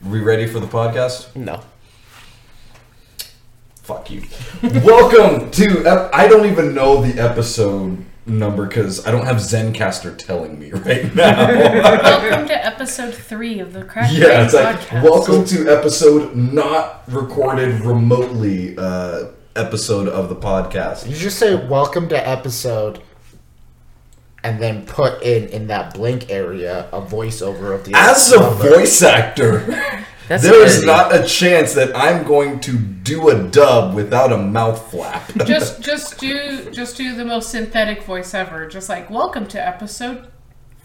the podcast? No. Fuck you. Welcome to. ep- I don't even know the episode number because I don't have ZenCaster telling me right now. Welcome to episode three of the Crack yeah, it's Brain like podcast. welcome to episode not recorded remotely. Uh, episode of the podcast. You just say welcome to episode and then put in in that blank area a voiceover of the As a number. voice actor, That's there is dirty. not a chance that I'm going to do a dub without a mouth flap. Just, just do, just do the most synthetic voice ever. Just like welcome to episode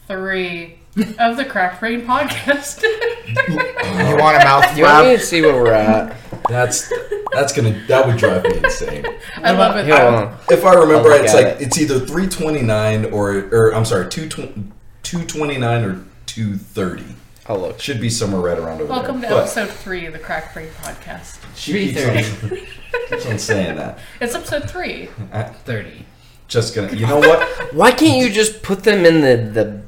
three of the Crack Brain podcast. You want a mouth You want me flap? to see where we're at? That's that's gonna that would drive me insane. I love it. Here, hold on. If I remember right, I'll look it's at like it. it's either three twenty nine or or I'm sorry, two two twenty nine or two thirty. I'll look. Should be somewhere right around over Welcome to there. episode three of the Crack Brain podcast. she keeps on, keeps on saying that. It's episode three. Thirty. Just gonna, you know what? Why can't you just put them in the the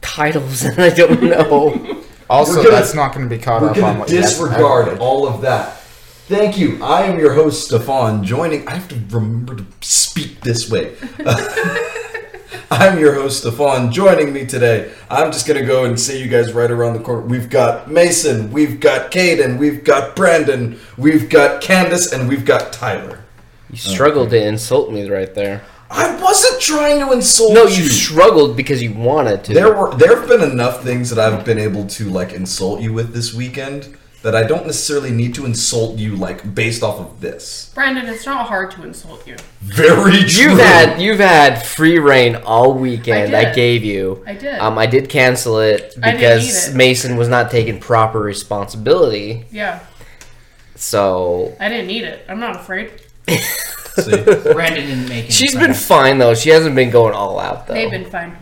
titles? And I don't know. Also, We're gonna- that's not going to be caught We're up on gonna what you guys- disregard all of that. Thank you. I am your host Stefan. Joining, I have to remember to speak this way. I'm your host Stefan. Joining me today, I'm just gonna go and see you guys right around the corner. We've got Mason, we've got Caden, we've got Brandon, we've got Candace, and we've got Tyler. You struggled to insult me right there. I wasn't trying to insult No, you. you struggled because you wanted to. there were there have been enough things that I've been able to like insult you with this weekend that I don't necessarily need to insult you like based off of this. Brandon, it's not hard to insult you. Very true. You've had you've had free reign all weekend. I I, did. gave you. I did. Um, I did cancel it I didn't because need it. Mason was not taking proper responsibility. Yeah, So I didn't need it. I'm not afraid. See? Brandon didn't make it. she's been fine though. She hasn't been going all out though. They've been fine.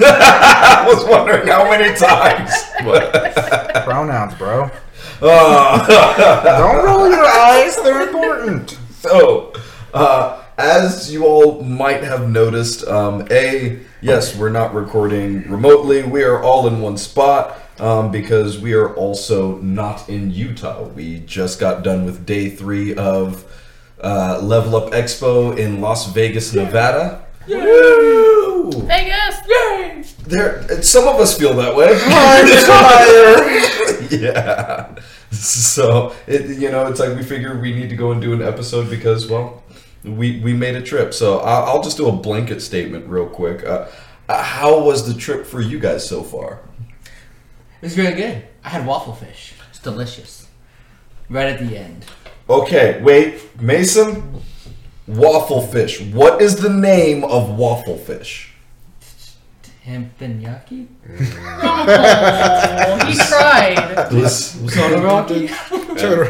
I was wondering how many times. Pronouns, bro. Uh, Don't roll your eyes. They're important. so, uh, as you all might have noticed, um, a yes, we're not recording remotely. We are all in one spot um, because we are also not in Utah. We just got done with day three of uh, Level Up Expo in Las Vegas, Nevada. Woo! Vegas, yay! There, some of us feel that way. yeah. So it, you know, it's like we figure we need to go and do an episode because, well, we we made a trip. So I'll, I'll just do a blanket statement real quick. Uh, uh, how was the trip for you guys so far? It's really good. I had waffle fish. It's delicious. Right at the end. Okay, wait, Mason, waffle fish. What is the name of waffle fish? Tempanyaki? Oh, he tried. Was, was that a- Rocky?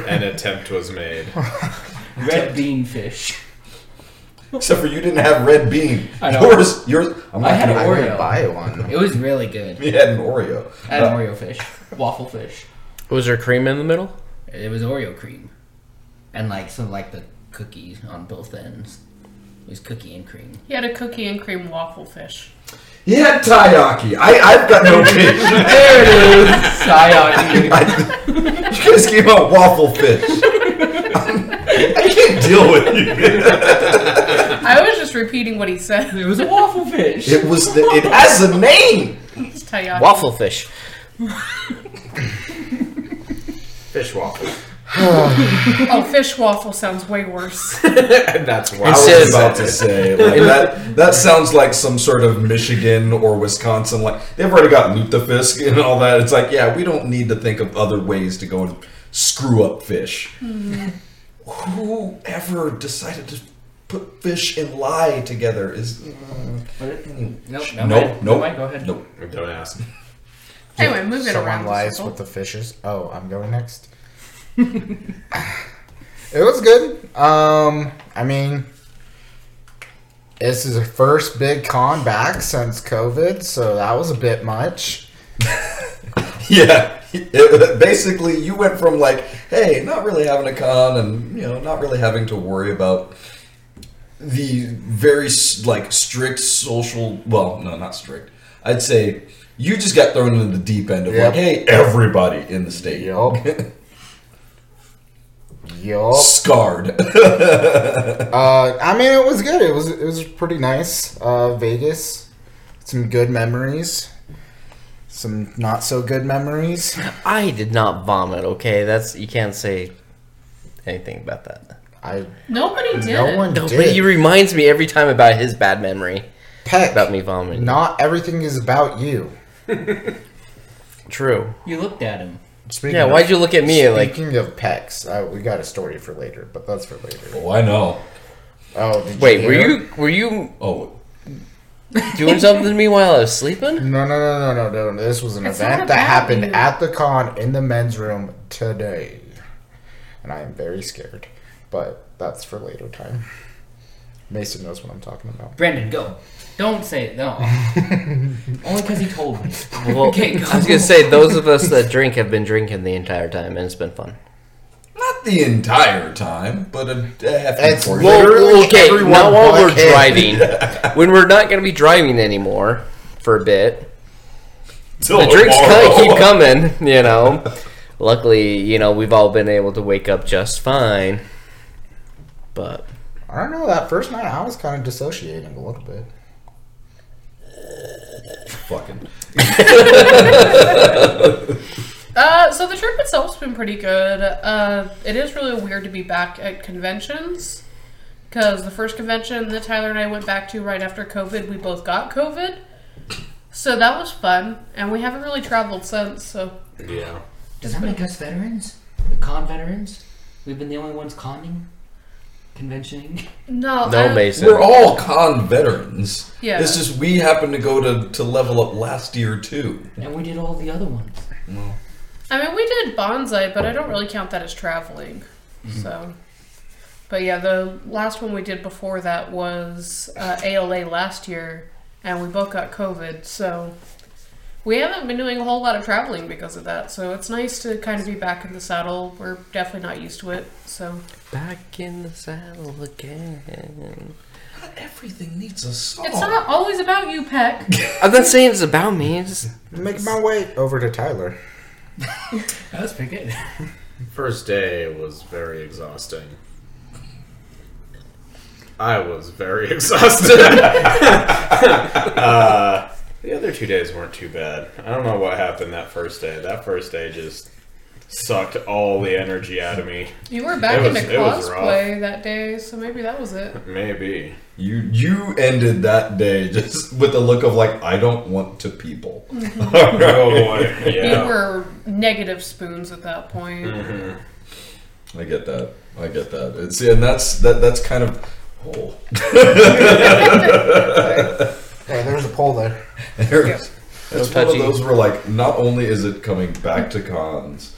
An, an attempt was made. Red bean fish. Except for you didn't have red bean. I know. Yours, yours. I'm not I had gonna- Oreo. Buy one. It was really good. You had an Oreo. I had Uh, an Oreo fish. Waffle fish. Was there cream in the middle? It was Oreo cream. And like some like the cookie on both ends. It was cookie and cream. He had a cookie and cream waffle fish. He had taiyaki. I I've got no fish. There it is! Sayaki. You guys gave out waffle fish. Um, I can't deal with you. I was just repeating what he said. It was a waffle fish. It was the, it has a name. It's Taiyaki. Waffle fish. Fish waffle. Oh, fish waffle sounds way worse. That's why. It's- I Says- was about to say like, that. That sounds like some sort of Michigan or Wisconsin. Like they've already got lutefisk and all that. It's like yeah, we don't need to think of other ways to go and screw up fish. Whoever decided to put fish and lie together is Nope, no, nope, no. nope, Go ahead. nope. Don't ask. Anyway, moving Someone around. lies with the fishes. Oh, I'm going next. it was good. Um, I mean, this is the first big con back since COVID, so that was a bit much. Yeah. It- basically, you went from like, hey, not really having a con and, you know, not really having to worry about the very, s- like, strict social, well, no, not strict. I'd say You just got thrown into the deep end of Yep. like, hey, everybody in the state. Yup. Yup. Scarred. Uh, I mean, it was good. It was it was pretty nice. Uh, Vegas, some good memories, some not so good memories. I did not vomit. Okay, that's you can't say anything about that. I Nobody did. no one No, but did. he reminds me every time about his bad memory Peck, about me vomiting. Not everything is about you. True. You looked at him. Speaking Yeah. of- Why'd you look at me like? Speaking of pecs, uh, we got a story for later, but that's for later. oh, I know. Oh, did Wait, you were hear? you were you Oh, doing something to me while I was sleeping? No, no, no, no, no, no. This was an It's event not that about happened you. at the con in the men's room today, and I am very scared. But that's for later time. Mason knows what I'm talking about. Brandon, go. Don't say it. No. Only because he told me. Well, Okay, go. I was gonna say those of us that drink have been drinking the entire time, and it's been fun. not the entire time, but a, a hefty It's portion. Well, Literally okay, everyone not while but we're him. driving. when we're not gonna be driving anymore for a bit, Till the drinks kind tomorrow. of keep coming. You know, luckily, you know we've all been able to wake up just fine. But I don't know. That first night, I was kind of dissociating a little bit. Fucking. Uh, so the trip itself's been pretty good. Uh, it is really weird to be back at conventions because the first convention that Tyler and I went back to right after COVID, we both got COVID. So that was fun, and we haven't really traveled since. So Yeah. Does that make us veterans? The con veterans? We've been the only ones conning? Conventioning? no, no, I- Mason. We're all con veterans. Yeah. It's just we happened to go to, to level up last year, too. And we did all the other ones. I mean, we did bonsai, but I don't really count that as traveling. Mm-hmm. So, but yeah, the last one we did before that was uh, ALA last year, and we both got COVID. So, we haven't been doing a whole lot of traveling because of that. So, it's nice to kind of be back in the saddle. We're definitely not used to it. So, Back in the saddle again. Not everything needs a song. Oh. it's not always about you, Peck. I'm not saying it's about me. It's just, Make my way over to Tyler. That was pretty good. First day was very exhausting. I was very exhausted. uh, the other two days weren't too bad. I don't know what happened that first day. That first day just sucked all the energy out of me. You were back It was- into it was rough. cosplay that day, so maybe that was it. Maybe. You you ended that day just with a look of like I don't want to people. oh boy. Yeah. Mm-hmm. You were negative spoons at that point. I get that. I get that. It's and that's that that's kind of oh Hey, there's a pole there. there's that's one touchy. of those where like not only is it coming back to cons,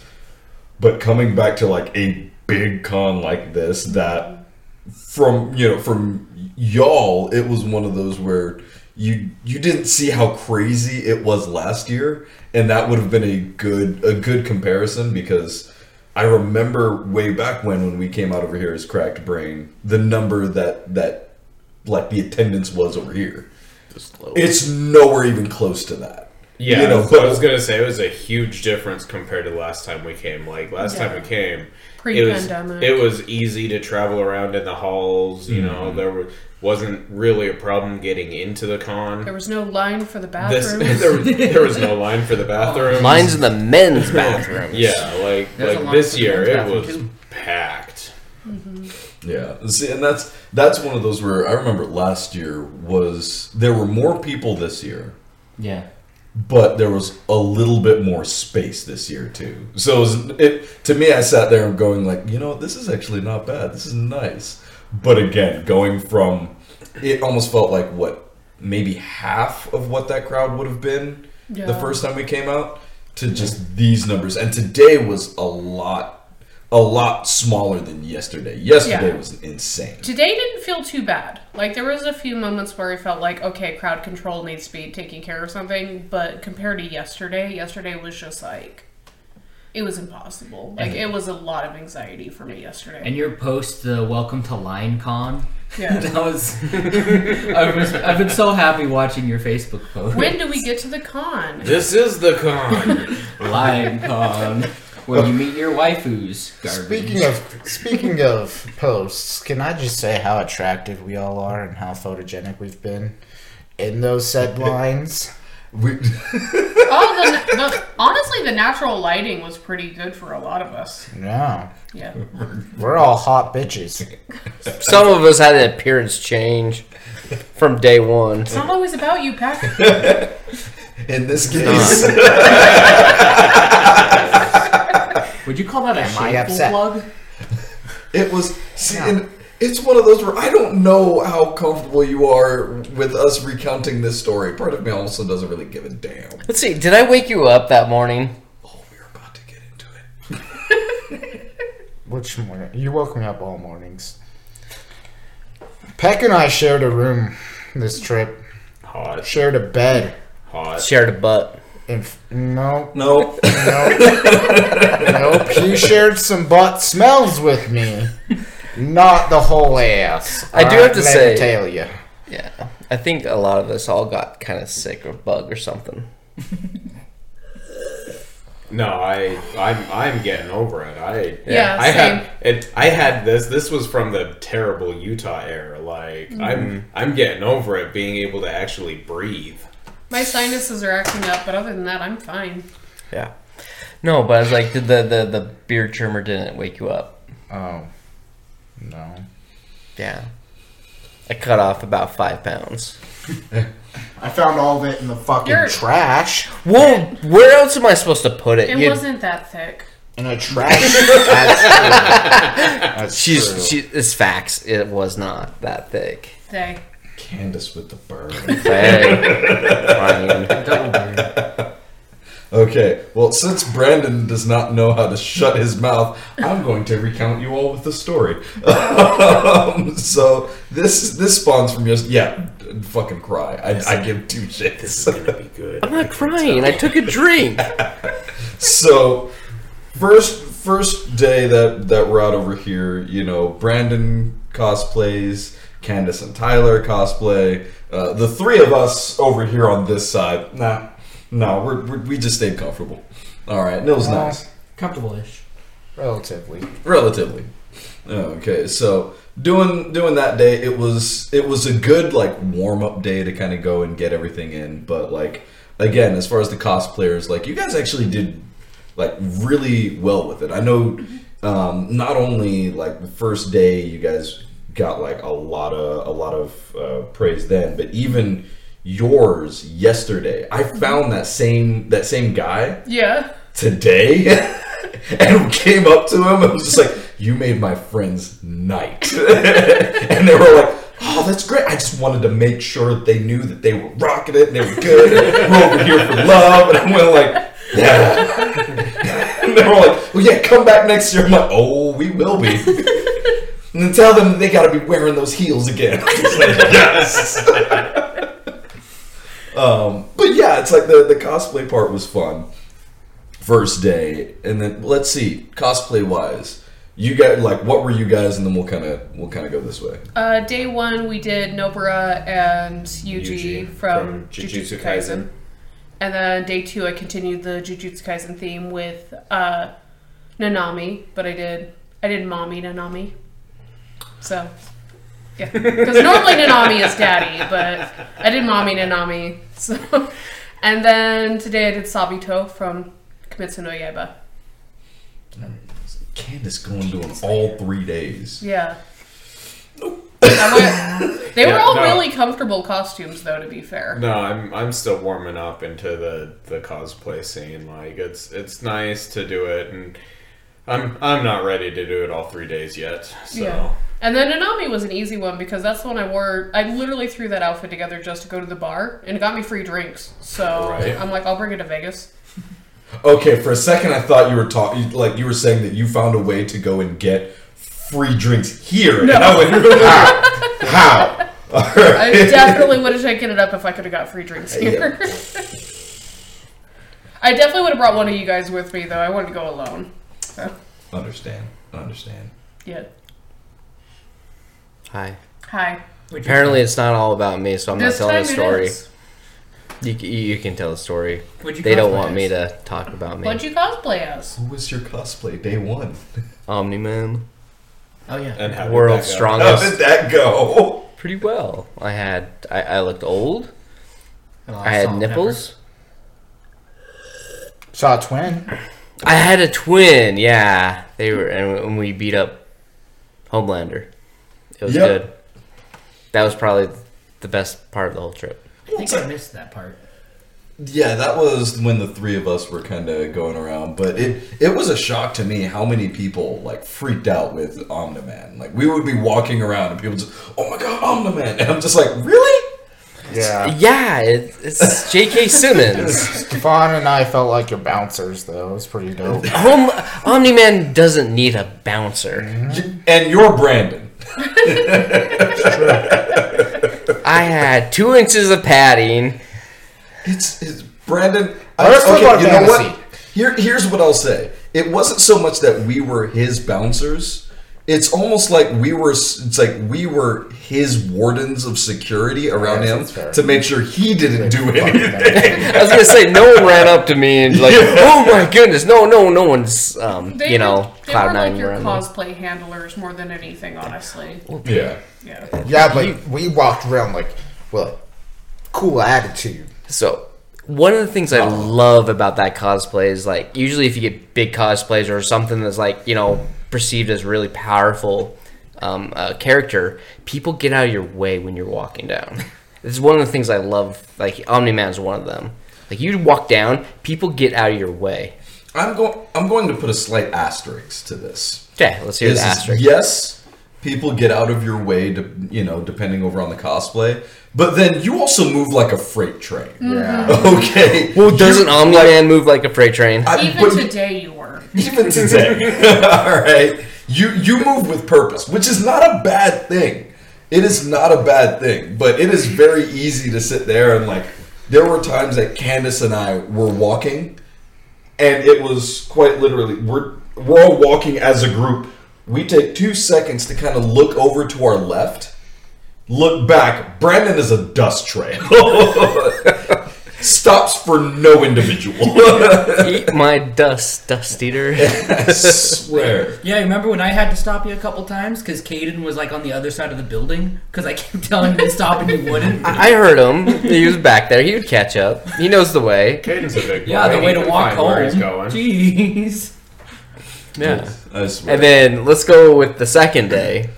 but coming back to like a big con like this that from you know from y'all it was one of those where you you didn't see how crazy it was last year and that would have been a good a good comparison because I remember way back when when we came out over here as cracked brain the number that that like the attendance was over here it's nowhere even close to that Yeah, you know so I was but gonna say it was a huge difference compared to last time we came. Like last time we came, it was Pre-pandemic. it was easy to travel around in the halls. You Mm-hmm. know, there wa- wasn't really a problem getting into the There con. was no line for the This, bathroom. there, was, there was no line Oh, for the bathroom. mine's in the men's bathroom. yeah, like There's a like line for this the year men's it bathroom, was too. packed. yeah see and that's that's one of those where I remember last year was there were more people this year Yeah. but there was a little bit more space this year too. So it, was, it to me, I sat there and going like, you know, this is actually not bad. This is nice. But again, going from it almost felt like what maybe half of what that crowd would have been the Yeah. first time we came out to just these numbers. And today was a lot. A lot smaller than yesterday. Yesterday Yeah. was insane. Today didn't feel too bad. Like there was a few moments where I felt like, okay, crowd control needs to be taking care of something, but compared to yesterday, yesterday was just like it was impossible. Like it was a lot of anxiety for me yesterday. And your post, the welcome to Lion Con. yeah. That was. I was I've been so happy watching your Facebook post. when do we get to the con? This is the con. Lion Con. When you meet your waifus. Garbage. Speaking of speaking of posts, can I just say how attractive we all are and how photogenic we've been in those said lines? We, Oh, the, the, honestly, the natural lighting was pretty good for a lot of us. Yeah, Yeah. we're all hot bitches. Some of us had an appearance change from day one. It's not always about you, Patrick. in this case, Would you call that a I shameful upset? plug? it was. See, and it's one of those where I don't know how comfortable you are with us recounting this story. Part of me also doesn't really give a damn. Let's see, did I wake you up that morning? Oh, we're about to get into it. Which morning? You woke me up all mornings. Peck and I shared a room this trip. Hot. Shared a bed. Hot. Shared a butt. In f- no, No, nope, nope. He shared some butt smells with me. Not the whole ass. I do Alright, have to let say- me tell you. Yeah. I think a lot of us all got kind of sick or bug or something. No, I, I'm, I'm getting over it. I, Yeah, I same. had, it, I had this. This was from the terrible Utah era. Like, Mm-hmm. I'm, I'm getting over it. Being able to actually breathe. My sinuses are acting up, but other than that, I'm fine. Yeah. No, but I was like, did the, the, the beard trimmer didn't wake you up? Oh no. Yeah. I cut off about five pounds. I found all of it in the fucking You're- trash. Whoa, where else am I supposed to put it? It You- wasn't that thick. In a trash. That's true. That's she's true. she, it's facts. It was not that thick. They. Candace with the bird. Hey, fine. Double bird. Okay, well, since Brandon does not know how to shut his mouth, I'm going to recount you all with the story. um, so this this spawns from just yeah, d- fucking cry. I, I give two shits. It'd be good. I'm not crying. I took a drink. so first first day that that we're out over here you know brandon cosplays candace and tyler cosplay uh, the three of us over here on this side nah no we're, we're, we just stayed comfortable all right and it was Well. nice Comfortable-ish. Relatively. relatively okay so doing doing that day it was it was a good like warm up day to kind of go and get everything in but like again as far as the cosplayers like you guys actually did like really well with it i know um not only like the first day you guys got like a lot of a lot of uh, praise then but even yours yesterday i found that same that same guy Yeah. today and came up to him and was just like, You made my friend's night. and they were like, Oh, that's great. I just wanted to make sure that they knew that they were rocking it and they were good. we're over here for love. And I went like, Yeah. and they were like, Well, yeah, come back next year. I'm like, Oh, we will be. And then tell them they gotta be wearing those heels again. It's like, yes. um, but yeah, it's like the, the cosplay part was fun first day and then let's see cosplay wise you guys like what were you guys and then we'll kind of we'll kind of go this way Uh, day one, we did Nobara and Yuji, Yuji from, from Jujutsu Jujutsu Kaisen. Kaisen. And then day two, I continued the Jujutsu Kaisen theme with uh, Nanami, but I did I did Mommy Nanami. So, yeah. Because normally Nanami is Daddy, but I did Mommy Nanami. So, And then today I did Sabito from Kimetsu no Yaiba. candace going to an all three days Yeah. I went- they were Yeah, all no. really comfortable costumes, though, to be fair. No, I'm I'm still warming up into the the cosplay scene. Like it's it's nice to do it, and I'm I'm not ready to do it all three days yet. So Yeah. And then Anami was an easy one because that's the one I wore. I literally threw that outfit together just to go to the bar, and it got me free drinks. So Right. I'm like, I'll bring it to Vegas. okay for a second i thought you were talking like you were saying that you found a way to go and get free drinks here and i went "Ah, how how all I right definitely would have taken it up if I could have got free drinks here. I definitely would have brought one of you guys with me, though. I wouldn't go alone. So, Understand. Understand. yeah. Hi. Hi. Apparently, it's not all about me, so I'm this not time telling it the story. is. You, c- you can tell the story. What'd you They don't cosplay want me as? to talk about What'd me. you cosplay as? Who was your cosplay day one? Omni Man. Oh yeah. And how did World's that go? How strongest. did that go? Pretty well. I had. I, I looked old. And a lot I had of salt and nipples. Saw a twin. I had a twin. Yeah, they were, and and we beat up Homelander. It was Yep. good. That was probably the best part of the whole trip. pepper. I think I missed that part. Yeah, that was when the three of us were kind of going around, but it it was a shock to me how many people like freaked out with Omniman. Like we would be walking around and people just, "Oh my god, Omniman!" And I'm just like, "Really?" Yeah. Yeah, it, it's J.K. Simmons. Fawn and I felt like your bouncers though. It was pretty dope. Home Omni Man doesn't need a bouncer. Y- And you're Brandon. I had two inches of padding. It's, it's Brandon. I, Let's talk okay, about you know what? fantasy. Here, here's what I'll say. It wasn't so much that we were his bouncers. It's almost like we were. s- It's like we were his wardens of security around Yes, him that's fair. to make sure he didn't do anything. I was gonna say no one ran up to me and like, oh my goodness, no, no, no one's um, They you know, were, they cloud were nine. like were your on me. cosplay handlers more than anything, honestly. yeah. Yeah. Yeah, but we walked around like, well, cool attitude. So one of the things I love about that cosplay is like usually if you get big cosplays or something that's like you know perceived as really powerful um, uh, character, people get out of your way when you're walking down. this is one of the things I love. Like Omni Man is one of them. Like you walk down, people get out of your way. I'm going. I'm going to put a slight asterisk to this. Okay, let's hear Is- the asterisk. Yes, people get out of your way, to, you know, depending over on the cosplay. But then you also move like a freight train. Yeah. Okay. Well, doesn't Omni Man move like a freight train? I- Even but- today, you were. even today. All right, you you move with purpose, which is not a bad thing. It is not a bad thing, but it is very easy to sit there and like. There were times that Candace and I were walking, and it was quite literally we're we're all walking as a group. We take two seconds to kind of look over to our left, look back. Brandon is a dust trail. Stops for no individual. Eat my dust, dust eater. I swear. Yeah, remember when I had to stop you a couple times because Caden was like on the other side of the building because I kept telling him to stop and he wouldn't. I heard him. He was back there. He would catch up. He knows the way. Caden's a big Yeah, boy. the He way to can walk find Where home. he's going. Jeez. Yeah. I swear. And then let's go with the second day,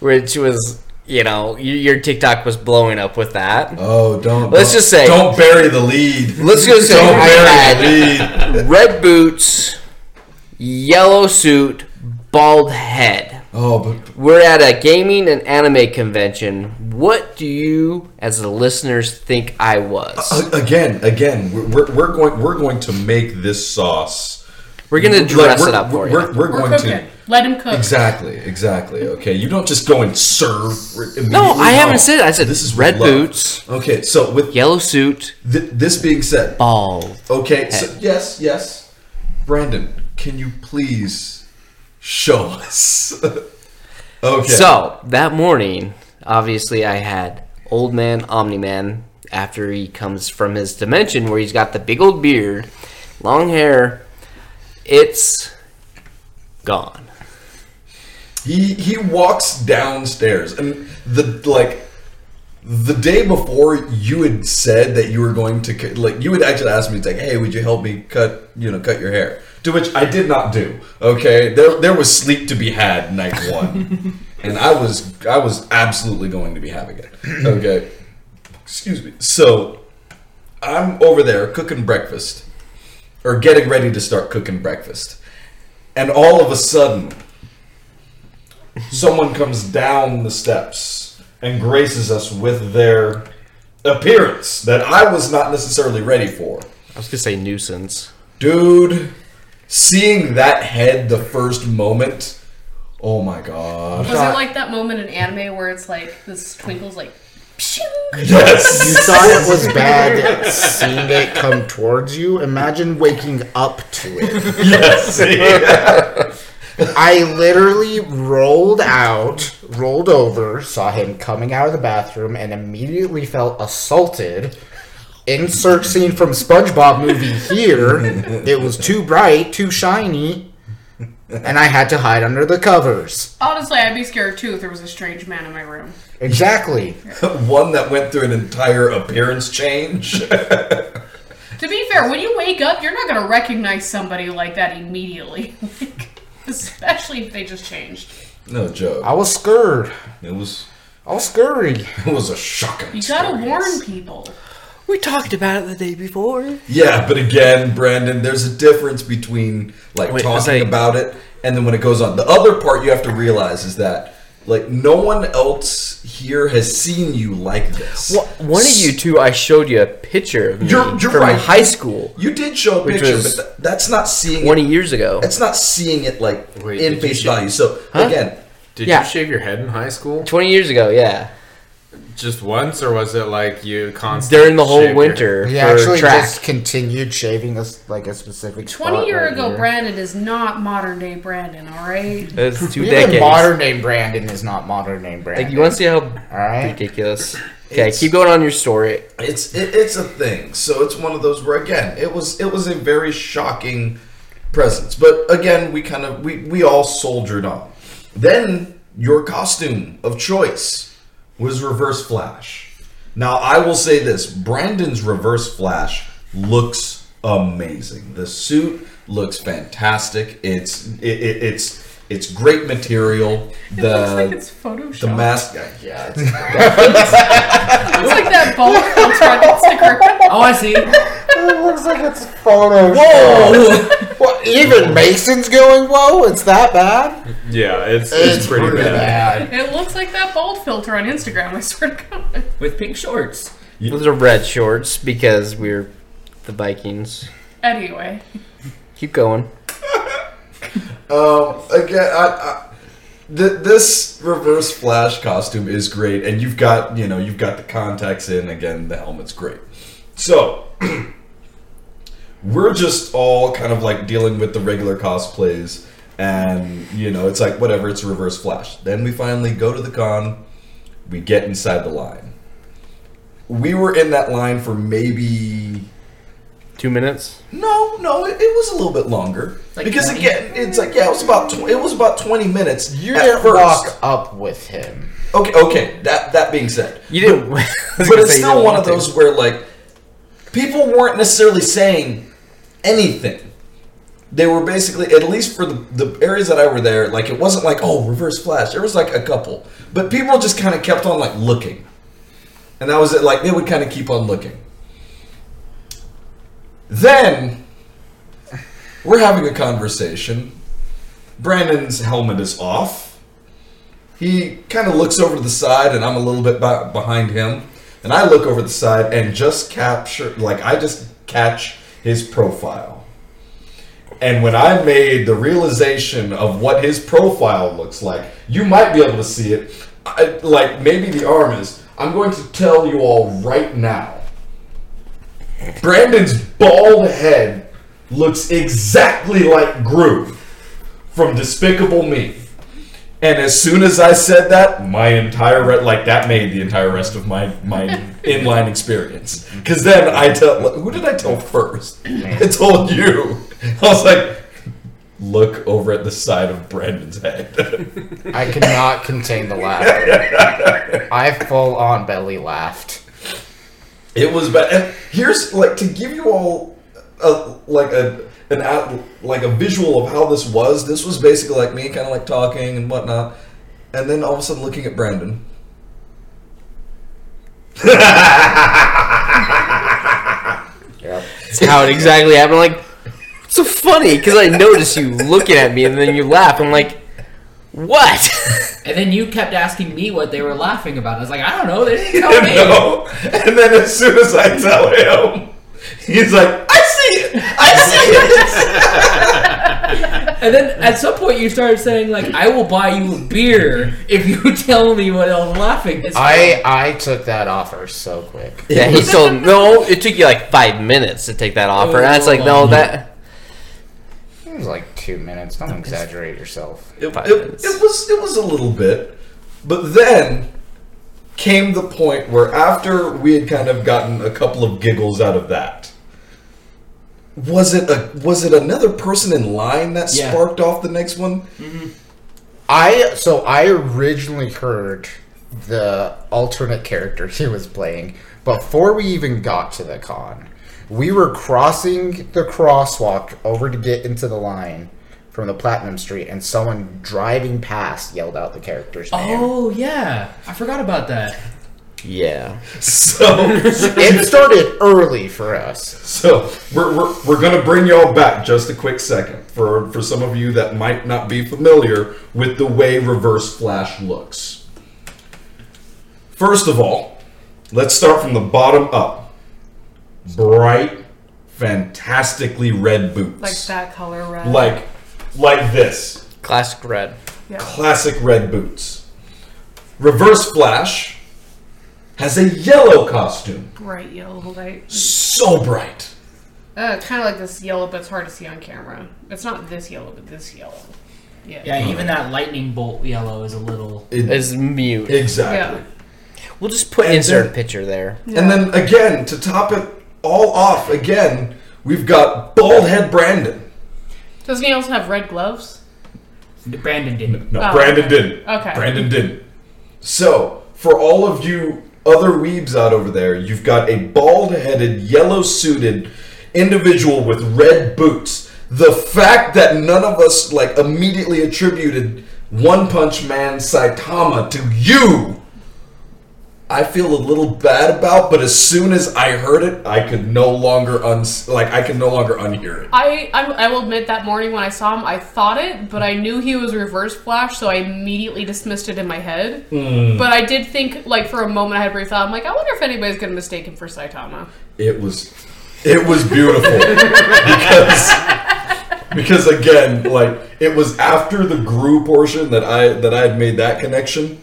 which was, you know, y- your TikTok was blowing up with that. Oh, don't. Let's don't- just say- Don't bury the lead. Let's just say don't I bury the lead. had red boots, yellow suit, bald head. Oh, but We're at a gaming and anime convention. What do you, as the listeners, think I was? a- again, again, we're, we're, we're going we're going to make this sauce. We're gonna Like, dress we're- it up for we're, you. We're, we're We're going cooking. to Let him cook. exactly, exactly. Okay, you don't just go and serve. No, I haven't said. It. I said This is red love. boots, Okay, so with yellow suit, th- this being said, bald. Okay, so yes, yes. Brandon, can you please show us? okay. So that morning, obviously, I had old man Omni Man after he comes from his dimension where he's got the big old beard, long hair. It's gone. He he walks downstairs and the like the day before you had said that you were going to cut- like you had actually asked me it's like hey would you help me cut you know cut your hair to which I did not do okay there there was sleep to be had night one and I was I was absolutely going to be having it okay excuse me so I'm over there cooking breakfast or getting ready to start cooking breakfast and all of a sudden someone comes down the steps and graces us with their appearance that I was not necessarily ready for. I was gonna say nuisance. Dude, seeing that head the first moment, oh my god. Was it like that moment in anime where it's like this twinkle's like You Yes. thought it was bad seeing it come towards you. Imagine waking up to it. yes. Yeah. I literally rolled out, rolled over, saw him coming out of the bathroom, and immediately felt assaulted. Insert scene from SpongeBob movie here. It was too bright, too shiny, and I had to hide under the covers. Honestly, I'd be scared too if there was a strange man in my room. Exactly. One that went through an entire appearance change. To be fair, when you wake up, you're not gonna recognize somebody like that immediately. Like, especially if they just changed. no I joke. was scared. It was I was scurry. it was a shocking. You gotta experience. warn people. We talked about it the day before. Yeah, but again, Brandon, there's a difference between like Wait, I talking say- about it and then when it goes on. The other part you have to realize is that like no one else here has seen you like this. Well, one of you two, I showed you a picture of me You're- you're from right. high school You did show a Which picture, was but th- that's not seeing it. twenty years ago. That's not seeing it like Wait, in did you face sh- value. So Huh? again, Did Yeah. you shave your head in high school? Twenty years ago, yeah. Just once, or was it like you constantly? During the whole shaved your- winter He for actually track. just continued shaving us like a specific. Twenty spot year right ago, here. Brandon is not modern day Brandon. All right. That's two Even decades. modern name Brandon is not modern name Brandon. Like you want to see how Alright. ridiculous? Okay, It's- keep going on your story. it's it, it's a thing. So it's one of those where again, it was it was a very shocking presence. But again, we kind of we we all soldiered on. Then your costume of choice was Reverse Flash. Now I will say this: Brandon's Reverse Flash looks amazing. The suit looks fantastic. It's it, it, it's it's great material. It The looks like it's Photoshop. Uh, the mask, yeah, it's It's like that ball filter on Instagram. Oh, I see. it looks like it's photo. Whoa! What, even Mason's going whoa. It's that bad. Yeah, it's it's, pretty, bad. It looks like that bald filter on Instagram. I swear to God. With pink shorts. Those are red shorts because we're the Vikings. Anyway, Keep going. Um, again, I, I, th- this Reverse Flash costume is great, and you've got you know you've got the contacts in. Again, the helmet's great. So we're just all kind of like dealing with the regular cosplays, and you know it's like whatever. It's Reverse Flash. Then we finally go to the con. We get inside the line. We were in that line for maybe Two minutes. no, no, it, it was a little bit longer Like because 20? again, it's like yeah, it was about tw- it was about twenty minutes. You at didn't first. walk up with him. Okay, okay. That that being said, You didn't. I was but gonna it's say you still didn't one want of to. those where like people weren't necessarily saying anything. They were basically, at least for the, the areas that I were there, like it wasn't like oh reverse flash. There was like a couple, but people just kind of kept on like looking, and that was it. Like they would kind of keep on looking. Then we're having a conversation. Brandon's helmet is off he kind of looks over to the side and i'm a little bit b- behind him and i look over the side and just capture like i just catch his profile and when i made the realization of what his profile looks like you might be able to see it I, like maybe the arm is i'm going to tell you all right now brandon's bald head looks exactly like groove from despicable me and as soon as I said that, my entire re- like that made the entire rest of my my inline experience. Because then I tell who did I tell first? I told you. I was like, look over at the side of Brandon's head. I could not contain the laughter. I full on belly laughed. It was bad. And here's like to give you all a like a an out like a visual of how this was. This was basically like me kind of like talking and whatnot, and then all of a sudden looking at Brandon. Yep. That's how it exactly happened. I'm like, it's so funny because I noticed you looking at me and then you laugh. I'm like, what? And then you kept asking me what they were laughing about. I was like, I don't know. They didn't tell me. no. And then as soon as I tell him, he's like, I see it. I see it. And then at some point you started saying like, "I will buy you a beer if you tell me what I'm laughing." is." I I took that offer so quick. Yeah, he told no. It took you like five minutes to take that offer. and it's like Oh. no, that It was like two minutes. Don't exaggerate yourself. It, Five it- minutes. it was it was a little bit, but then came the point where after we had kind of gotten a couple of giggles out of that, was it a was it another person in line that Yeah. sparked off the next one? I so I originally heard the alternate character he was playing before we even got to the con. We were crossing the crosswalk over to get into the line from the Platinum Street, and someone driving past yelled out the character's name. oh yeah, I forgot about that. yeah. So It started early for us. so we're, we're, we're gonna bring y'all back just a quick second for for some of you that might not be familiar with the way reverse flash looks. First of all, let's start from the bottom up. Bright, fantastically red boots. Like that color red. Like like this. Classic red. Classic red boots. Reverse Flash has a yellow costume. bright yellow light. So bright. Uh, kind of like this yellow, but it's hard to see on camera. It's not this yellow, but this yellow. Yeah. Yeah, Oh. even that lightning bolt yellow is a little. It- It's mute. exactly. Yeah. We'll just put And insert then- picture there. And then again, to top it all off, again, we've got Bald Head Brandon. Doesn't he also have red gloves? Brandon didn't. No, Oh, Brandon okay. didn't. Okay. Brandon didn't. So, for all of you other weebs out over there, you've got a bald headed, yellow suited individual with red boots. The fact that none of us, like, immediately attributed One Punch Man Saitama to you, I feel a little bad about, but as soon as I heard it, I could no longer, uns like, I can no longer unhear it. I, I I will admit that morning when I saw him, I thought it, but I knew he was Reverse Flash, so I immediately dismissed it in my head. But I did think, like for a moment, I had a brief thought. I'm like, I wonder if anybody's gonna mistake him for Saitama. it was it was beautiful because because again like it was after the grew portion that i that i had made that connection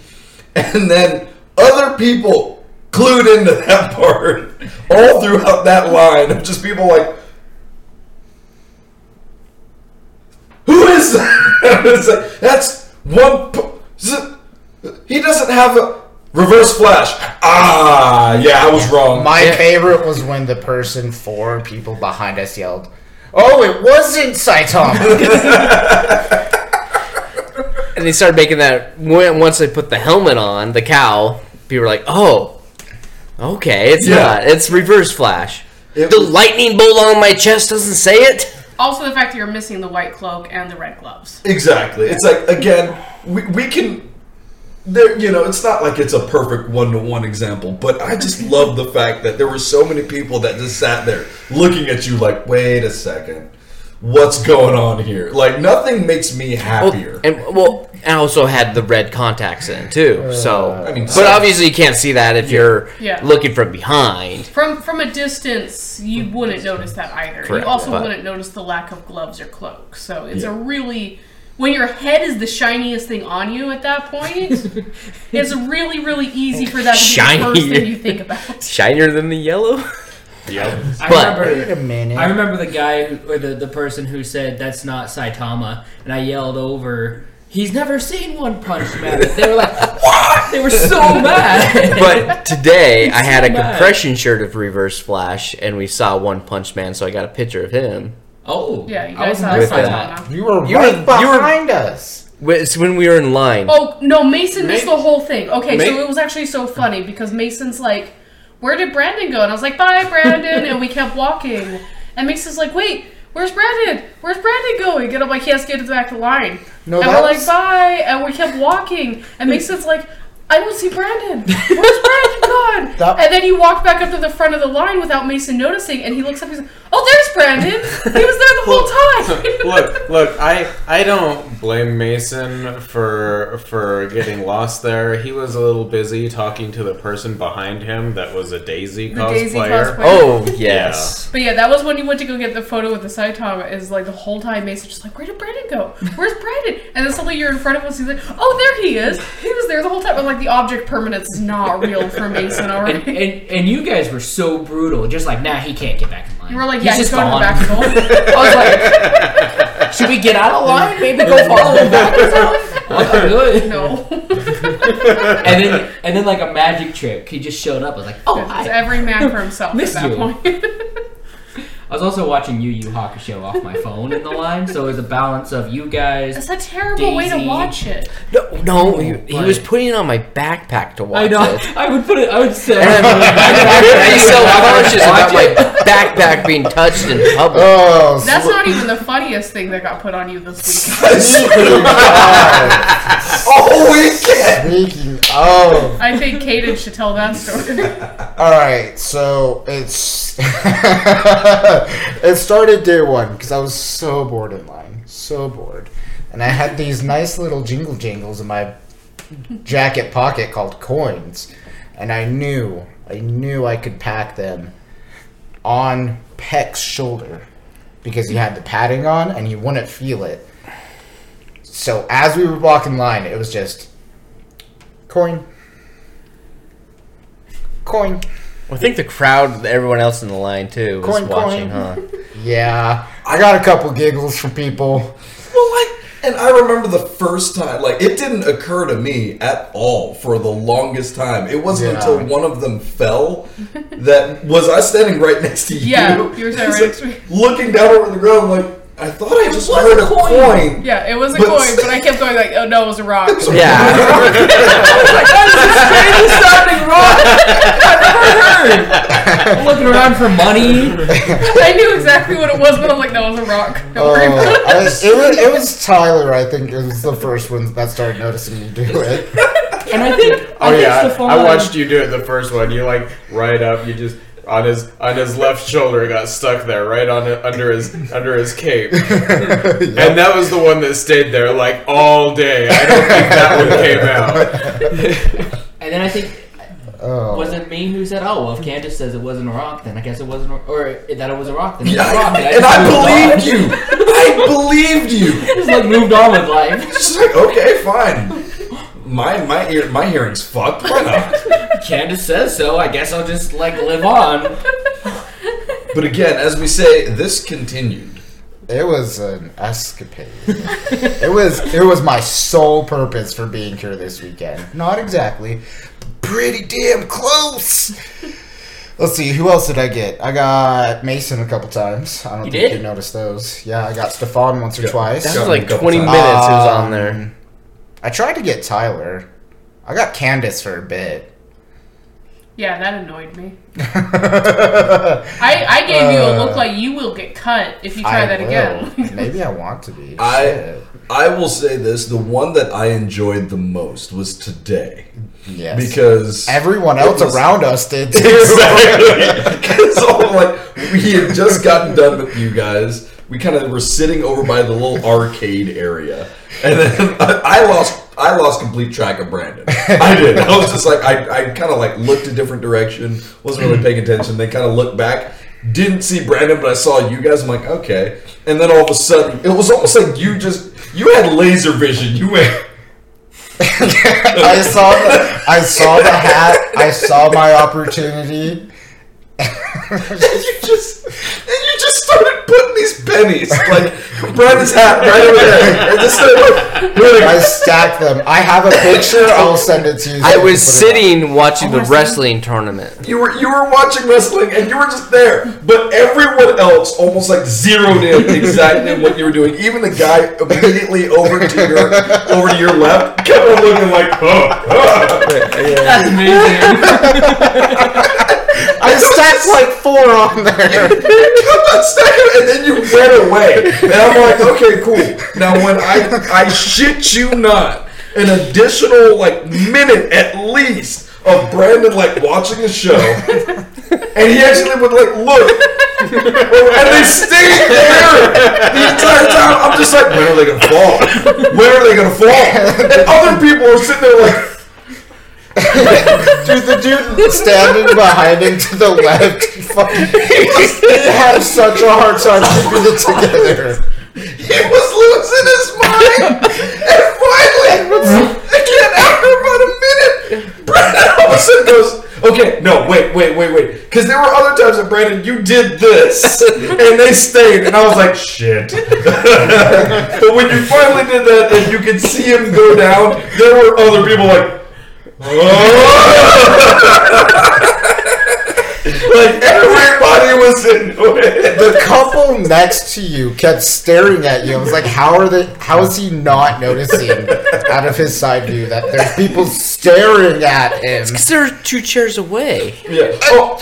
and then other people clued into that part all throughout that line of just people like who is that It's like, that's one po- z- he doesn't have a reverse flash ah yeah i was wrong My favorite was when the person four people behind us yelled, "Oh, it wasn't Saitama." And they started making that when- once they put the helmet on the cow. People were like, oh, okay, it's Yeah. not. It's reverse flash. It the was- lightning bolt on my chest doesn't say it. Also, the fact that you're missing the white cloak and the red gloves. Exactly. It's like again, we, we can there you know, it's not like it's a perfect one to one example, but I just love the fact that there were so many people that just sat there looking at you like, wait a second, what's going on here? Like nothing makes me Well, happier. and well, I also had the red contacts in too. So, Uh, I mean, but so- obviously you can't see that if you're Yeah. looking from behind. From from a distance, you wouldn't notice that either. Correct, you also but- wouldn't notice the lack of gloves or cloak. So it's Yeah. a really when your head is the shiniest thing on you at that point, it's really really easy for that to Shiny. be the first thing you think about. Shinier than the yellow. I But- remember. a minute. I remember the guy who, or the, the person who said that's not Saitama, and I yelled over. He's never seen One Punch Man. They were like, "What?" They were so mad. but today I had a so bad. compression shirt of Reverse Flash, and we saw One Punch Man, so I got a picture of him. oh, Yeah, you I guys was saw not for that. Saitama. You were You right were- you were- behind us. Wh- It's when we were in line. Oh no, Mason missed the whole thing. Okay, Ma- so it was actually so funny because Mason's like, "Where did Brandon go?" And I was like, "Bye, Brandon," and we kept walking. And Mason's like, "Wait." Where's Brandon? Where's Brandon going? And I'm like, he has to get to the back of the line. No, and that we're was- like, bye. And we kept walking. And Mason's like, I don't see Brandon. Where's Brandon gone? That- and then you walk back up to the front of the line without Mason noticing, and he looks up. He's like, "Oh, there's Brandon. He was there the whole time." look, look, I I don't blame Mason for for getting lost there. He was a little busy talking to the person behind him that was a Daisy The Daisy cosplayer. cosplayer. Oh yes. But yeah, that was when you went to go get the photo with the Saitama. Is like the whole time Mason just like, where did Brandon go? Where's Brandon? And then suddenly you're in front of us. He's like, oh, there he is. He was there the whole time. But like the object permanence is not real for Mason. All And, right. and and you guys were so brutal. Just like, nah, he can't get back in line. You were like, He's yeah, he's just going to the gone. back door. I was like, should we get out of line? Maybe go follow him back or something? I'm good. No, And then and then like a magic trick, he just showed up. I was like, oh it's hi. every man for himself at Missed that you. point. I was also watching Yu Yu Hakusho off my phone in the line, so it was a balance of you guys. It's a terrible way to Daisy. watch it. No, no he, he Right. was putting it on my backpack to watch I know. it. I would put it. I would say. And I'm, I'm so conscious about my backpack being touched in public. Oh, That's sl- not even the funniest thing that got put on you this week. oh, weekend. Speaking of I think Kaden should tell that story. All right, so it's it started day one because I was so bored in line, so bored, and I had these nice little jingle jingles in my jacket pocket called coins, and I knew I knew I could pack them on Peck's shoulder because he had the padding on and he wouldn't feel it. So as we were walking line, it was just coin, coin. I think the crowd, everyone else in the line too, was Coin, watching, coin. huh? Yeah, I got a couple giggles from people. Well, like, and I remember the first time, like, it didn't occur to me at all for the longest time. It wasn't Yeah. until one of them fell that was I standing right next to you. Yeah, you were standing It's right next to me. Looking down over the ground, like, I thought I just heard a coin. Yeah, it was a But- coin, but I kept going like, oh no, it was a rock. Yeah. looking around for money. I knew exactly what it was, but I'm like, no, it was a rock. Don't Oh, worry about it. I- it, was, it was Tyler, I think, it was the first one that started noticing me do it. And I think. Oh I think yeah, Stefan, I, I watched you do it the first one. You like right up, you just on his on his left shoulder got stuck there, right on under his under his cape, and that was the one that stayed there like all day. I don't think that one came out. And then I think Oh. was it me who said, "Oh, well, if Candace says it wasn't a rock, then I guess it wasn't," a, or that it was a rock, then it was Yeah, a rock. I- just and moved on. I believed you. I believed you. Just like moved on with life. She's like, okay, fine. My my ear my hearing's fucked. Why not? Candace says so. I guess I'll just like live on. But again, as we say, this continued. It was an escapade. it was it was my sole purpose for being here this weekend. Not exactly, but pretty damn close. Let's see, who else did I get? I got Mason a couple times. I don't You think did? you noticed those. Yeah, I got Stefan once or twice. That Got was me a like couple 20 times. minutes it was on Um, there. I tried to get Tyler. I got Candace for a bit. Yeah, that annoyed me. I, I gave you a look like you will get cut if you try Uh. I that will. again. Maybe I want to be. I Shit. I will say this: the one that I enjoyed the most was today yes. because everyone else It was- around us did. too. exactly because like we had just gotten done with you guys. We kind of were sitting over by the little arcade area, and then I, I lost. I lost complete track of Brandon. I did. I was just like, I, I kind of like looked a different direction, wasn't really paying attention. Then kind of looked back, didn't see Brandon, but I saw you guys. I'm like, okay. And then all of a sudden, it was almost like you just you had laser vision. You went. I saw. The, I saw the hat. I saw my opportunity. and you just and you just started putting these pennies like Brandon's hat right over there, and just started like, doing I it. stacked them. I have a picture. I'll send it to you. so I was you can put it up. sitting watching the wrestling tournament. You were you were watching wrestling and you were just there, but everyone else almost like zeroed in exactly what you were doing. Even the guy immediately over to your over to your left kept on looking like, oh, That's amazing. I stacked like four on there. Come on, stack it, and then you went away. And I'm like, okay, cool. Now when I I shit you not, an additional like minute at least of Brandon like watching the show, and he actually would like look. and they stayed there the entire time. I'm just like, when are they gonna fall? When are they gonna fall? And other people are sitting there like, Dude, the dude standing behind him to the left, fucking, he had such a hard time keeping it together. he was losing his mind. And finally, again, after about a minute, Brandon all of a sudden goes, Okay, no, wait, wait, wait, wait. Because there were other times that Brandon, you did this, and they stayed, and I was like, shit. but when you finally did that, and you could see him go down, there were other people like, like everybody was into it. The couple next to you kept staring at you. I was like, "How are they? How is he not noticing out of his side view that there's people staring at him?" They're two chairs away. Yeah. Oh,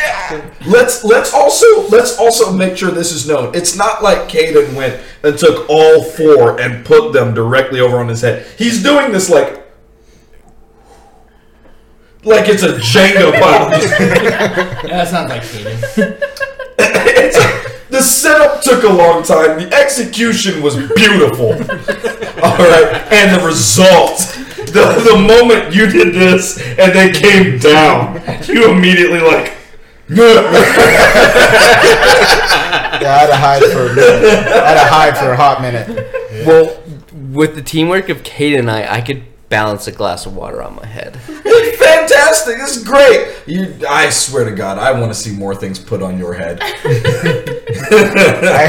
let's let's also let's also make sure this is known. It's not like Caden went and took all four and put them directly over on his head. He's doing this like like it's a Jenga pile. Yeah, that sounds like Kaden. It's the setup took a long time. The execution was beautiful. All right, and the result. The, the moment you did this and they came down, you immediately like. Yeah, I had to hide for a minute. I had to hide for a hot minute. Well, with the teamwork of Kate and I, I could balance a glass of water on my head. Fantastic! This is great. You, I swear to God, I want to see more things put on your head. I,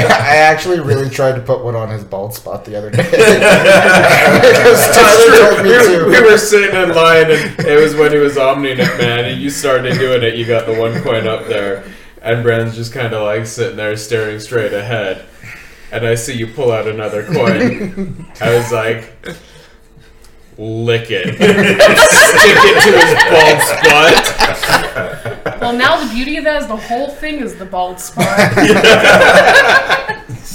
I actually really tried to put one on his bald spot the other day. Because Tyler told me We, to. we were sitting in line, and it was when he was Omninet Man, and you started doing it. You got the one coin up there, and Brand's just kind of like sitting there staring straight ahead. And I see you pull out another coin. I was like, lick it, stick it to his bald spot. Well, now the beauty of that is the whole thing is the bald spot. I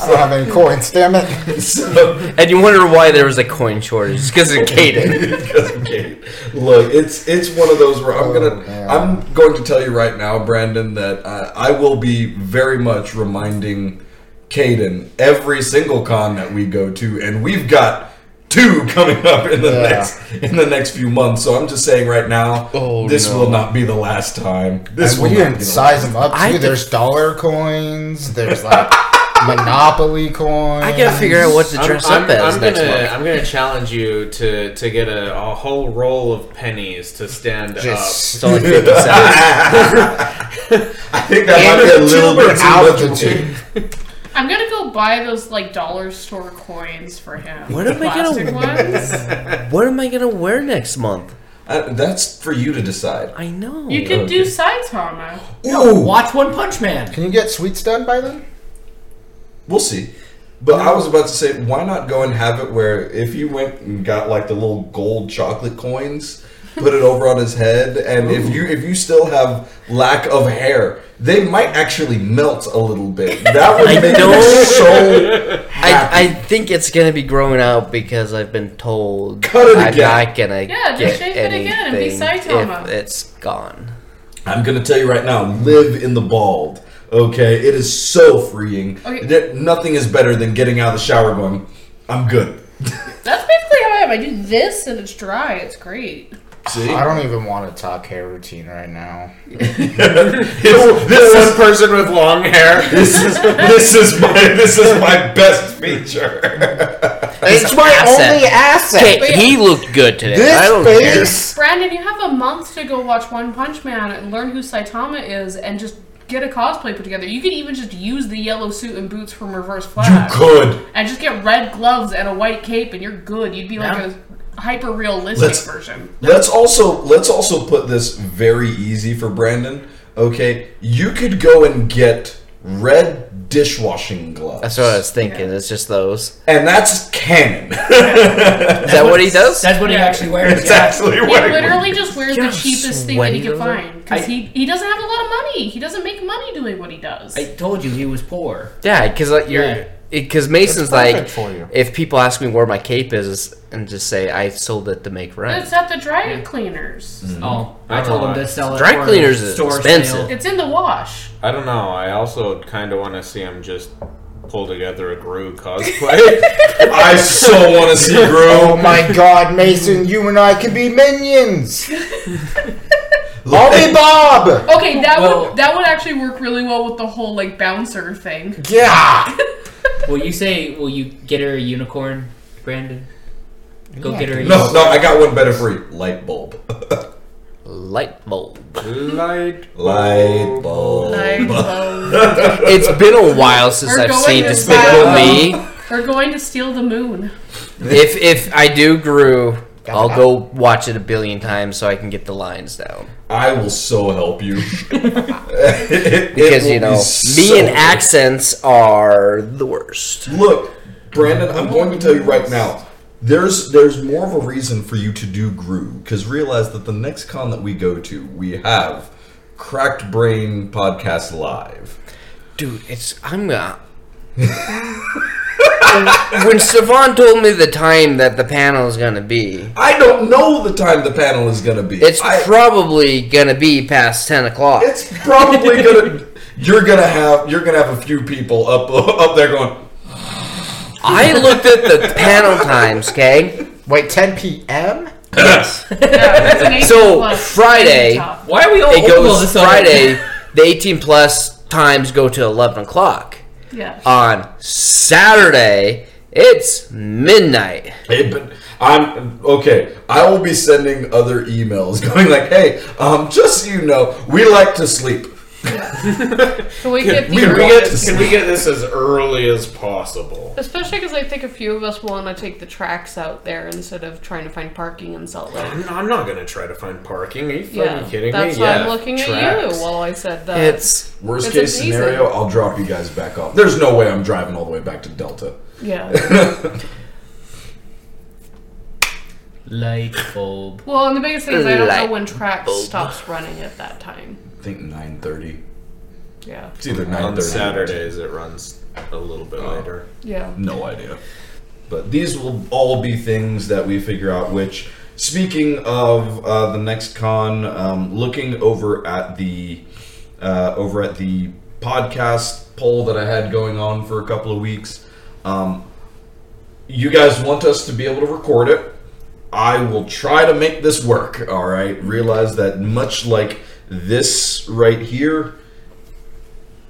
don't have any coins, damn it. So, And you wonder why there was a coin shortage because of Kaden. because of Kate. Look, it's it's one of those where I'm Oh, gonna man. I'm going to tell you right now, Brandon, that uh, I will be very much reminding Caden every single con that we go to, and we've got two coming up in the Yeah. next in the next few months. So I'm just saying right now, Oh, this no. will not be the last time. This And we will not be didn't the size them up too. I think- there's dollar coins, there's like Monopoly coins. I gotta figure out what to dress up as next gonna, month. I'm gonna challenge you to to get a, a whole roll of pennies to stand Just Oh, It's only 50 cents. I think that And might be a the little tuber bit too out much of of the a- tube. I'm gonna go buy those like dollar store coins for him. What am I gonna- Plastic ones? What am I gonna wear next month? Uh, that's for you to decide. I know. You could do sides, Hama. Ooh, Watch One Punch Man. Can you get sweets done by then? we'll see. But I was about to say, why not go and have it where if you went and got like the little gold chocolate coins, put it over on his head, and if you if you still have lack of hair, they might actually melt a little bit. That would I make me don't- so happy. I, I think it's gonna be growing out because I've been told Cut it I'm again. not gonna Yeah, get just shave it anything again and be Saitama. if it's gone. I'm gonna tell you right now, live in the bald. Okay, it is so freeing. Okay. That- Nothing is better than getting out of the shower going, I'm good. That's basically how I am. I do this and it's dry. It's great. See, I don't even want to talk hair routine right now. It's- this is person with long hair. this is this is my this is my best feature. It's my asset. only asset. Okay, he looked good today. I don't care. This face. Brandon, you have a month to go watch One Punch Man and learn who Saitama is and just get a cosplay put together. You could even just use the yellow suit and boots from Reverse Flash Good. and just get red gloves and a white cape and you're good. You'd be like a hyper realistic Let's- version. Let's also let's also put this very easy for Brandon. Okay, you could go and get red dishwashing gloves, That's what I was thinking. It's just those. and that's canon. Is that what he does? That's what he actually wears. it's yeah. actually He what it literally just wears the You're cheapest thing that he can sweaty. find because I- he, he doesn't have a lot of money. He doesn't make money doing what he does. I told you he was poor. Yeah, because like you're Yeah. because Mason's like, perfect for you. if people ask me where my cape is, and just say I sold it to make rent. It's at the dry cleaners. Oh, I told him to sell it. Dry for cleaners a is store expensive. sale. It's in the wash. I don't know. I also kind of want to see him just pull together a Gru cosplay. I so want to see Oh Gru. my god, Mason, you and I can be minions! I'll be Bob! Okay, that Well- would that would actually work really well with the whole like bouncer thing. Yeah! Will you say? Will you get her a unicorn, Brandon? Go get her. A No, unicorn. no, I got one better for you. Light bulb. Light bulb. Light. Light bulb. Like, um, It's been a while since We're I've going seen to Despicable Wow. Me. we're going to steal the moon. If if I do Gru, Got I'll that. go watch it a billion times so I can get the lines down. I will so help you. Because you know, me and accents are the worst. Look, Brandon, I'm going to tell you right now. There's there's more of a reason for you to do Gru because realize that the next con that we go to, we have Cracked Brain Podcast Live. Dude, it's I'm gonna. when Savant told me the time that the panel is gonna be, I don't know the time the panel is going to be. it's I- probably gonna be past ten o'clock. it's probably gonna. You're gonna have you're gonna have a few people up up there going. I looked at the panel times, okay? Wait, 10 p.m.? Yeah, that's an 18 So, plus Friday- top. Why are we all It open all goes Oh, this Friday. The eighteen plus times go to eleven o'clock. Yeah. On Saturday, it's midnight. Hey, but I'm okay. I will be sending other emails going like, "Hey, um, just so you know, we like to sleep. Can we get the we- we early- get- Can we get this as early as possible? Especially because I think a few of us want to take the tracks out there instead of trying to find parking in Salt Lake. I'm I'm not gonna try to find parking. Are you fucking Yeah, kidding that's me? why Yeah, I'm looking at tracks. you while I said that. It's Worst It's case amazing. scenario, I'll drop you guys back off. There's no way I'm driving all the way back to Delta. yeah. Light bulb. Well, and the biggest thing is I don't know Light when tracks stops running at that time. I think 9:30. Yeah. It's either 9:30 On or Saturdays, it runs a little bit later. Yeah. No idea. But these will all be things that we figure out. Which, speaking of uh, the next con, um, looking over at the uh, over at the podcast poll that I had going on for a couple of weeks, um, you guys want us to be able to record it. I will try to make this work. All right. Realize that much like this right here,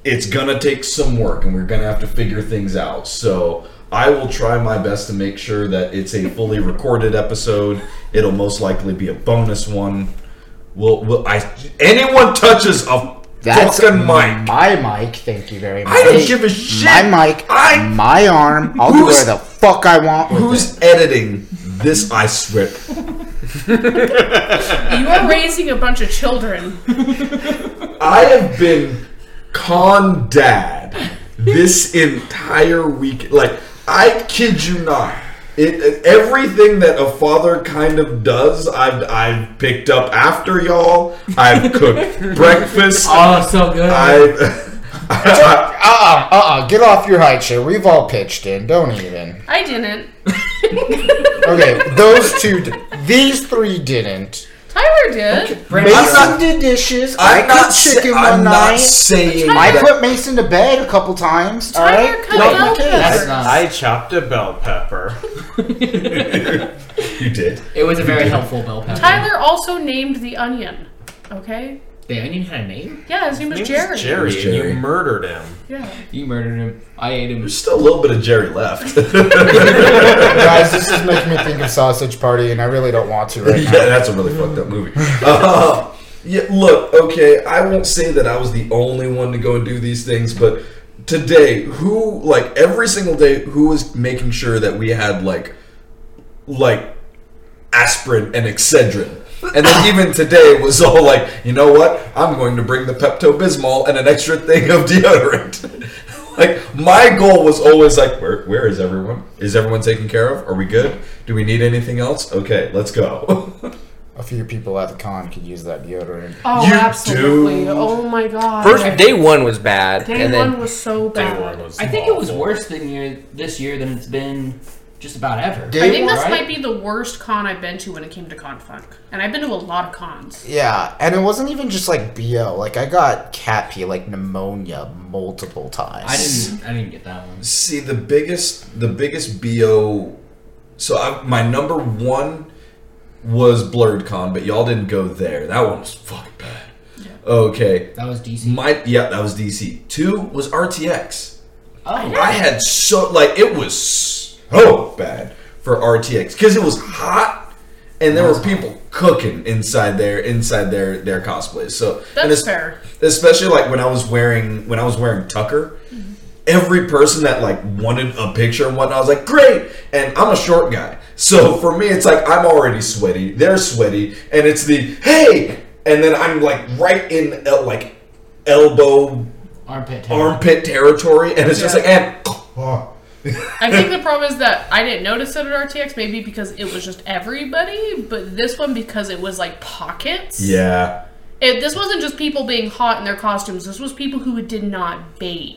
it's gonna take some work and we're gonna have to figure things out so i will try my best to make sure that it's a fully recorded episode it'll most likely be a bonus one will will i anyone touches a fucking mic My mic, thank you very much. i don't give a shit My mic, I- my arm, I'll do Who's- whatever the fuck I want with it. who's editing this i swear You are raising a bunch of children. i have been con dad this entire week like i kid you not it, it- everything that a father kind of does i've i've picked up after y'all i've cooked breakfast Oh, so good. i I, Uh-uh, uh-uh, get off your high chair. We've all pitched in, don't even. I didn't. Okay, those two, d- these three didn't. Tyler did. Brandon, I'm Mason not- did dishes. I, am I not, cooked sa- chicken I'm one not night. saying I that put Mason to bed a couple times. All Tyler right, cut Not my out case. that's not. I chopped a bell pepper. you did it was a very helpful bell pepper. Tyler also named the onion. Okay. The onion had a name. Yeah, his name was Jerry. Jerry, It was Jerry. and you murdered him. Yeah. You murdered him. I ate him. there's still a little bit of jerry left Guys, this is making me think of Sausage Party, and I really don't want to right now. yeah, that's a really fucked up movie. Uh, yeah, look, okay, I won't say that I was the only one to go and do these things, but today, who like every single day, who was making sure that we had like, like, aspirin and Excedrin. And then even today was all like, you know what? I'm going to bring the Pepto Bismol and an extra thing of deodorant. like my goal was always like, where where is everyone? Is everyone taken care of? Are we good? Do we need anything else? Okay, let's go. a few people at the con could use that deodorant. Oh, You absolutely. do. Oh my god. First day one was bad, Day and one then was so bad. one was I think it was awful. worse than year this year than it's been just about ever. Day I think this Right? might be the worst con I've been to when it came to ConFunk. And I've been to a lot of cons. Yeah, and it wasn't even just like BO. Like I got cat pee, like pneumonia, multiple times. I didn't. I didn't get that one. See the biggest the biggest bo. So I, my number one was Blurred Con, but y'all didn't go there. That one was fucking bad. Okay, That was DC. my yeah, that was DC. Two was RTX. Oh, I had so like it was so bad for RTX because it was hot and there were people cooking inside their inside their their cosplays. So and That's es- fair. Especially like when I was wearing when I was wearing Tucker. Mm-hmm. Every person that like wanted a picture and whatnot, I was like, great. And I'm a short guy, so for me, it's like I'm already sweaty. They're sweaty, and it's the hey, and then I'm like right in el- like elbow armpit. Tail. armpit territory, and it's just like, and I think the problem is that I didn't notice it at RTX, maybe because it was just everybody, but this one because it was like pockets. yeah, It, this wasn't just people being hot in their costumes. This was people who did not bathe.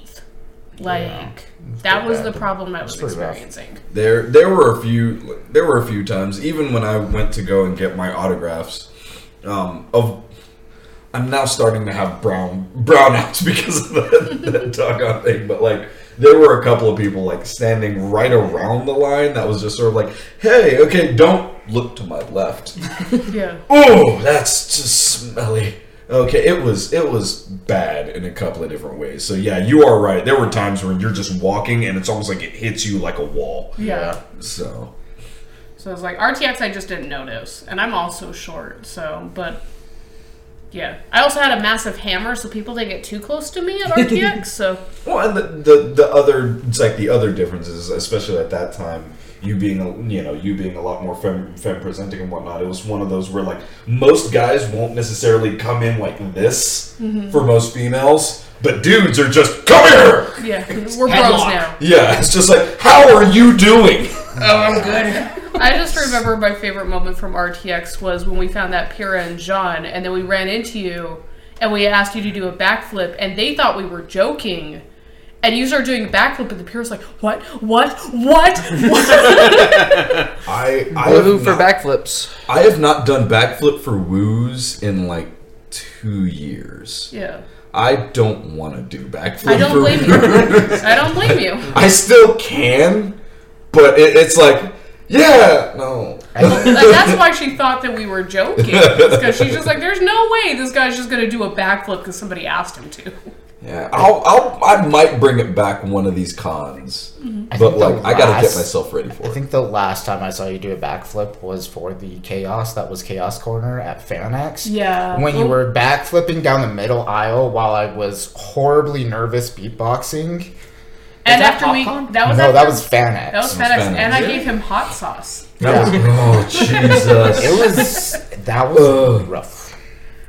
Like that was the problem I was pretty rough. experiencing. there there were a few there were a few times, even when I went to go and get my autographs, um, of I'm now starting to have brown brownouts because of that, that doggone thing, but like. There were a couple of people like standing right around the line that was just sort of like, "Hey, okay, don't look to my left." Yeah. Oh, that's just smelly. Okay, it was it was bad in a couple of different ways. So yeah, you are right. There were times where you're just walking and it's almost like it hits you like a wall. Yeah. So So it's like RTX I just didn't notice. And I'm also short, so but yeah. I also had a massive hammer, so people didn't get too close to me at RTX, so well, and the, the the other it's like the other differences, especially at that time, you being a, you know you being a lot more fem, fem presenting and whatnot. It was one of those where like most guys won't necessarily come in like this for most females, but dudes are just come here. yeah. We're bros Headlock. now. Yeah, it's just like how are you doing? I just remember my favorite moment from RTX was when we found that Pira and John, and then we ran into you, and we asked you to do a backflip, and they thought we were joking. And you started doing a backflip, and the Pira's like, "What? What? What? What?" I I Woohoo have, for not, backflips. I have not done backflip for woos in like two years. yeah, I don't want to do backflip. I don't for blame woos. you. I don't blame you. I still can, but it, it's like yeah, no. Like, that's why she thought that we were joking, because she's just like, "There's no way this guy's just gonna do a backflip because somebody asked him to." Yeah, I'll, I'll I might bring it back one of these cons, Mm-hmm. but think the like I gotta get last- myself ready for I it. think the last time I saw you do a backflip was for the chaos that was Chaos Corner at Fanax. Yeah. When you were backflipping down the middle aisle while I was horribly nervous beatboxing. and that after we popcorn? that was no, after, that was Fanax. that was That was FedEx, FedEx. and I Yeah. gave him hot sauce. That was- oh Jesus! It was that was Ugh. rough.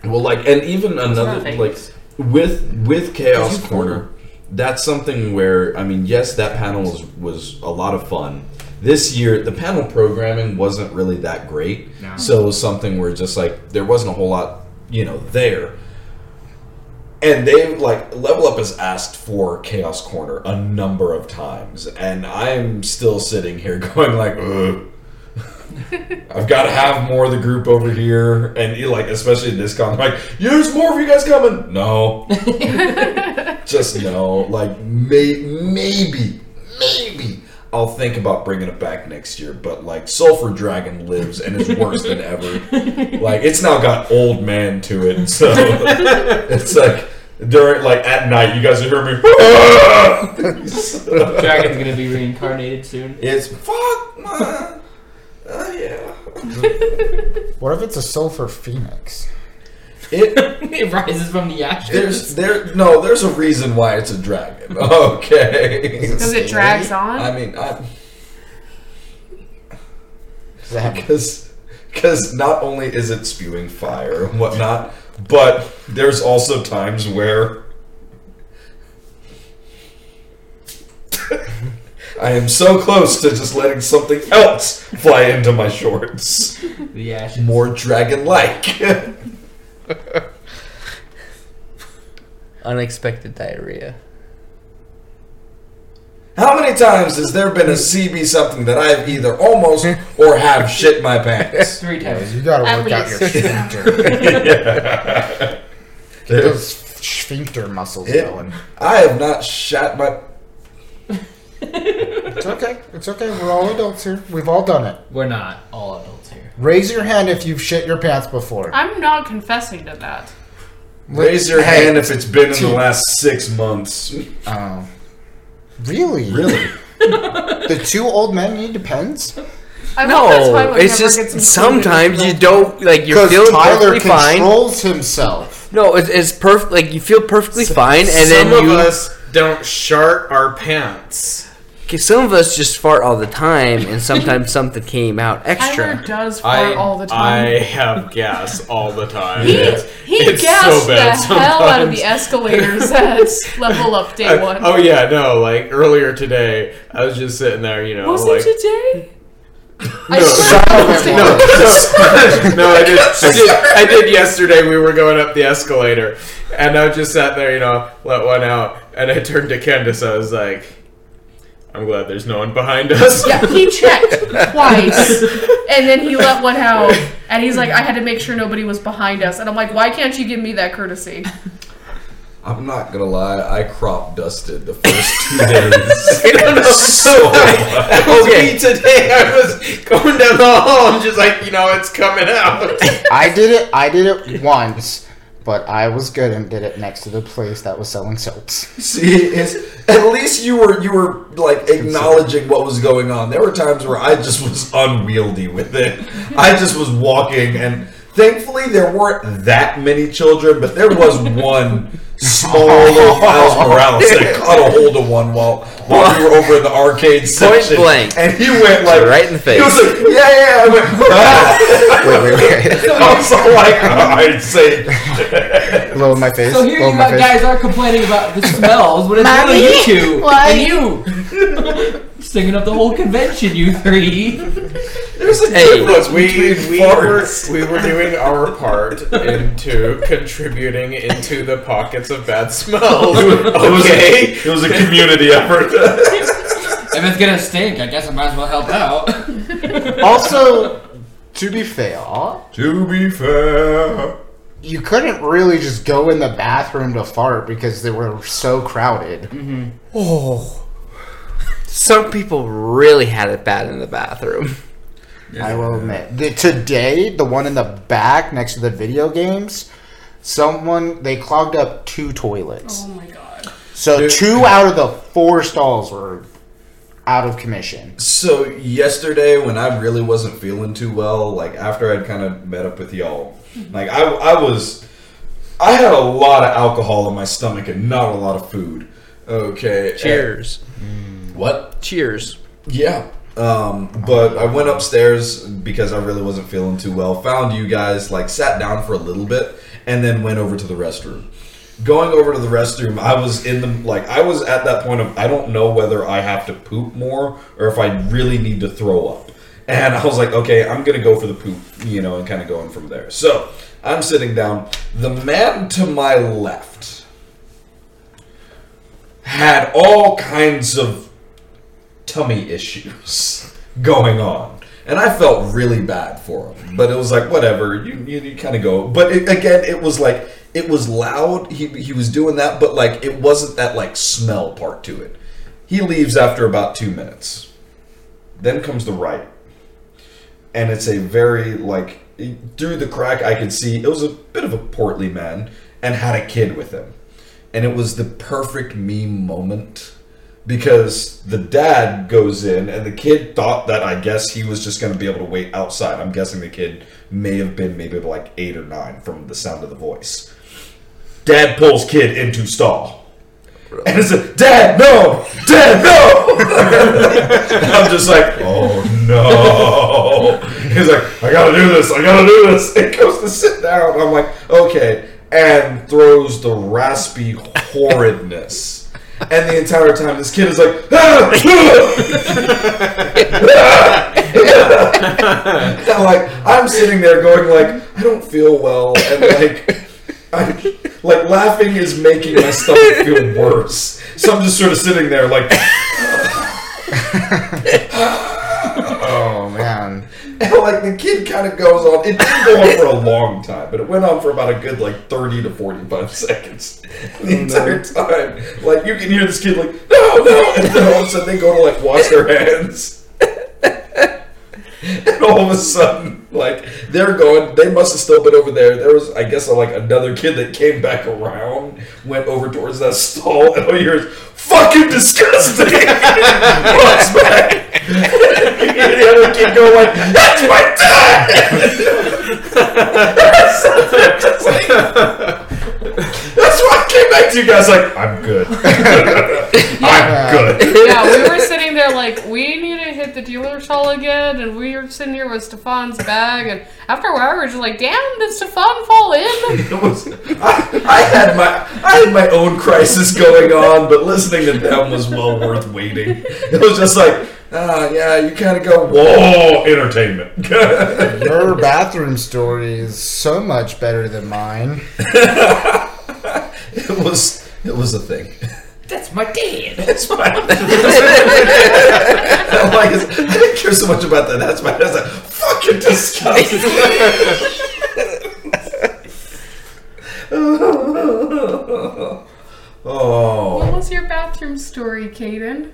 Well, like, and even another nothing. like with with Chaos Corner, that's something where I mean, yes, that panel was was a lot of fun. This year, the panel programming wasn't really that great, so it was something where just like there wasn't a whole lot, you know, there. And they like level up has asked for Chaos Corner a number of times, and I'm still sitting here going like, Ugh. I've got to have more of the group over here, and you, like especially in this con, like, yeah, there's more of you guys coming. No, just no. Like may- maybe, maybe I'll think about bringing it back next year. But like, Sulfur Dragon lives and is worse than ever. Like it's now got old man to it, so it's like during like at night, you guys are hearing me. So, Dragon's gonna be reincarnated soon. it's fuck, man. Oh yeah. What if it's a sulfur phoenix? It it rises from the There's ashes. there no there's a reason why it's a dragon. Okay. Because it drags on. I mean, I Does it have because because not only is it spewing fire and whatnot, but there's also times where I am so close to just letting something else fly into my shorts. The ashes. More dragon like. Unexpected diarrhea. How many times has there been a CB something that I've either almost or have shit my pants? Three times. You gotta At work out your least. sphincter. Get There's- those sphincter muscles It- going. I have not shat my. It's okay. It's okay. We're all adults here. We've all done it. We're not all adults here. Raise your hand if you've shit your pants before. I'm not confessing to that. Raise your Hey. hand if it's been in the last six months. Uh, Oh. Really? Really? The two old men need pens? I hope that's why No, what it's never gets just included sometimes in you the- don't like you're Because feeling Tyler perfectly fine. controls himself. No, it's, it's perfect. Like you feel perfectly fine, and Some then of you. us don't shart our pants. 'kay, some of us just fart all the time, and sometimes something came out Tyler extra. does fart I all the I time. have gas all the time. he It's- he it's so gassed the bad hell out of sometimes. the escalators at level up day one. oh yeah, no. Like earlier today, I was just sitting there, you know, was like it today? I No. swear it was today. no, no, no, I did, I did. I did yesterday. We were going up the escalator, and I just sat there, you know, let one out, and I turned to Candace. I was like, "I'm glad there's no one behind us." Yeah, he checked twice, and then he let one out, and he's like, "I had to make sure nobody was behind us." And I'm like, "Why can't you give me that courtesy?" I'm not gonna lie, I crop dusted the first two days. so much. That was me today. I was going down the hall. I'm just like, you know, it's coming out. I did it. I did it once, but I was good and did it next to the place that was selling soaps. See, it's, at least you were you were like acknowledging what was going on. There were times where I just was unwieldy with it. I just was walking, and thankfully there weren't that many children, but there was one small little Miles Morales that caught a hold of one while while we were over in the arcade section, blank. and he went like Right in the face. He was like, "Yeah, yeah." I went, Wait, wait, wait. I was like, "I'd say." Blow in my face. So here Blow you in my face. guys are complaining about the smells when it's really you two and you singing up the whole convention, you three. There's a Hey. difference we between we were, farts. we were doing our part into contributing into the pockets of bad smells. Okay. It was a community effort. If it's gonna stink, I guess I might as well help out. Also, to be fair, To be fair. you couldn't really just go in the bathroom to fart because they were so Mm-hmm. crowded. Some people really had it bad in the bathroom. I will admit. The- today, the one in the back next to the video games, someone they clogged up two toilets. Oh my god! So two out of the four stalls were out of commission. So yesterday, when I really wasn't feeling too well, like after I'd kind of met up with y'all, like I, I was, I had a lot of alcohol in my stomach and not a lot of food. Okay. and- Cheers. what? Cheers. Yeah. Um, but I went upstairs because I really wasn't feeling too well. Found you guys, like, sat down for a little bit, and then went over to the restroom. Going over to the restroom, I was in the, like, I was at that point of, I don't know whether I have to poop more or if I really need to throw up. And I was like, okay, I'm going to go for the poop, you know, and kind of going from there. So I'm sitting down. The man to my left had all kinds of tummy issues going on. And I felt really bad for him, but it was like whatever. You you, you kind of go, but it, again, it was like it was loud. He he was doing that, but like it wasn't that like smell part to it. He leaves after about two minutes. Then comes the right, and it's a very like through the crack I could see it was a bit of a portly man and had a kid with him, and it was the perfect meme moment because the dad goes in and the kid thought that I guess he was just going to be able to wait outside. I'm guessing the kid may have been maybe like eight or nine from the sound of the voice. Dad pulls kid into stall. And it's like, Dad, no! Dad, no! And I'm just like, oh no. He's like, I gotta do this, I gotta do this. It goes to sit down. I'm like, okay. And throws the raspy horridness And the entire time, this kid is like, "Ah! Ah!" Now, like, I'm sitting there going, like, I don't feel well, and like, I, like laughing is making my stomach feel worse. So I'm just sort of sitting there, like, Oh man. and, like the kid kind of goes on. It didn't go on for a long time, but it went on for about a good like thirty to forty-five seconds the entire time. Like you can hear this kid like no, no, and then all of a sudden they go to like wash their hands, and all of a sudden like they're going. They must have still been over there. There was, I guess, like another kid that came back around, went over towards that stall, and all you hear is fucking disgusting. Walks back. You hear the other kid go like, "That's my dad." That's why I came back to you guys like, "I'm good. I'm good." yeah, we were sitting there like we need to hit the dealer's hall again, and we were sitting here with Stefan's bag, and after a while we were just like, damn, did Stefan fall in? It was, I, I had my I had my own crisis going on, but listening to them was well worth waiting. It was just like, ah, yeah, you kind of go, whoa, entertainment. Your bathroom story is so much better than mine. It was it was a thing. That's my dad. It's fine. I'm like, it's- I didn't care so much about that. That's my that's like fucking disgusting. what oh, was your bathroom story, Caden?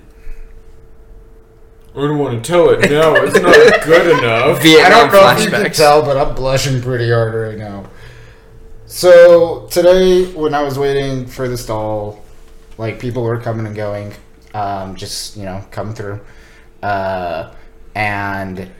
I don't want to tell it now. It's not good enough. I Vietnam don't know if you can flashbacks. tell, but I'm blushing pretty hard right now. So today, when I was waiting for the stall, like people were coming and going, um, just you know, come through, uh, and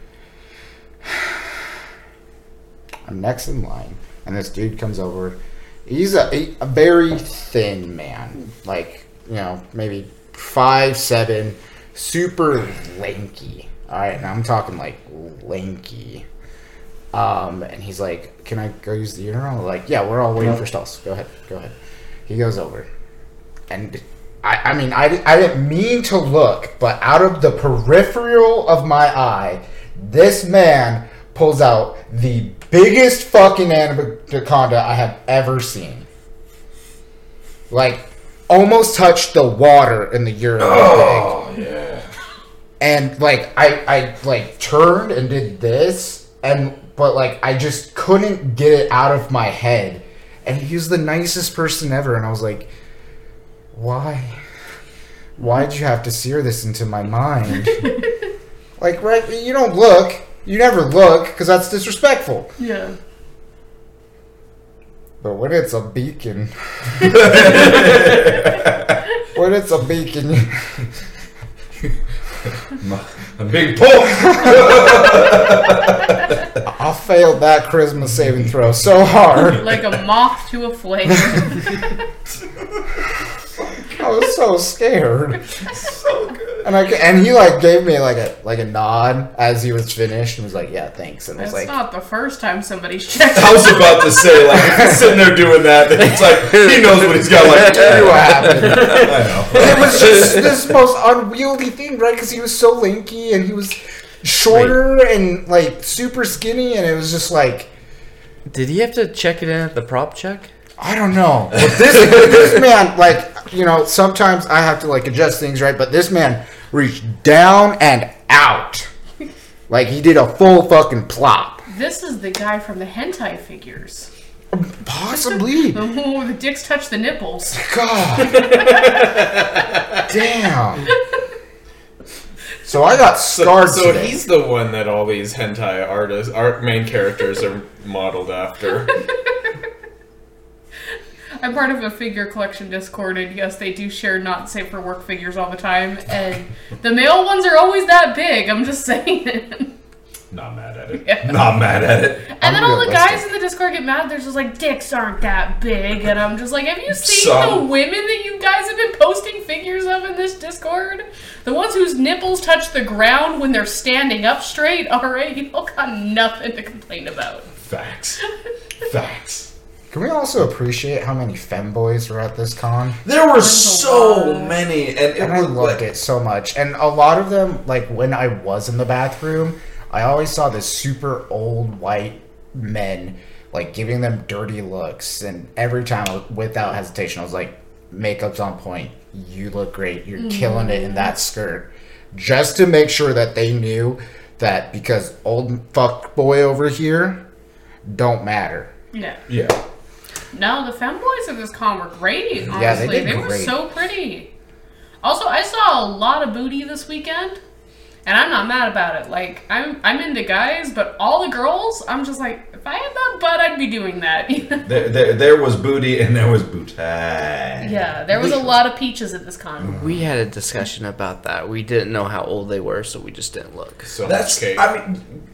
I'm next in line, and this dude comes over. He's a, a- a very thin man, like you know, maybe five seven, super lanky. All right, now I'm talking like lanky. Um, and he's like, "Can I go use the urinal?" Like, yeah, we're all waiting for stalls. Go ahead, go ahead. He goes over, and I, I mean, I, di- I didn't mean to look, but out of the peripheral of my eye, this man pulls out the biggest fucking anaconda I have ever seen. Like, almost touched the water in the urinal. tank oh yeah. and like I I like turned and did this and but like I just couldn't get it out of my head. And he was the nicest person ever and I was like why why'd you have to sear this into my mind? like right you don't look. You never look cuz that's disrespectful. Yeah. But when it's a beacon, when it's a beacon, A big pull. I failed that charisma saving throw so hard. Like a moth to a flame. I was so scared. so good. And I ca- and he like gave me like a like a nod as he was finished and was like, "Yeah, thanks." And I was That's like, not the first time somebody's checked. I was about to say like if he's sitting there doing that, then it's like he knows what he's got. Like "Tell you what happened." I know. it was just this most unwieldy thing, right? Because he was so lanky and he was shorter and like super skinny, and it was just like Did he have to check it in at the prop check? I don't know. But this this man, like you know, sometimes I have to like adjust things, right? But this man reached down and out, like he did a full fucking plop. this is the guy from the hentai figures. Possibly. The one where the dicks touch the nipples. God. Damn. So I got So, scarred so today. he's the one that all these hentai artists, our main characters, are modeled after. I'm part of a figure collection Discord, and yes, they do share not safe for work figures all the time. And the male ones are always that big. I'm just saying. and Not mad at it. Not mad at it. then all the Unrealistic. guys in the Discord get mad. They're just like, "Dicks aren't that big," and I'm just like, "Have you seen the Some. women that you guys have been posting figures of in this Discord? The ones whose nipples touch the ground when they're standing up straight. All right, you all got nothing to complain about." Facts. Facts. Can we also appreciate how many femboys were at this con? There were a so lot. many, and it And I looked loved like it so much. And a lot of them, like when I was in the bathroom, I always saw the super old white men, like giving them dirty looks. And every time, without hesitation, I was like, makeup's on point. You look great. You're killing it in that skirt. Just to make sure that they knew that because old fuck boy over here don't matter. Yeah. yeah. No, the femboys at this con were great. Honestly, Yeah, they did were great. so pretty. Also, I saw a lot of booty this weekend, and I'm not mad about it. Like, I'm I'm into guys, but all the girls, I'm just like, if I had that butt, I'd be doing that. There, there, there was booty and there was booty. Yeah. yeah, there was a lot of peaches at this con. We had a discussion about that. We didn't know how old they were, so we just didn't look. So That's. much cake. I mean,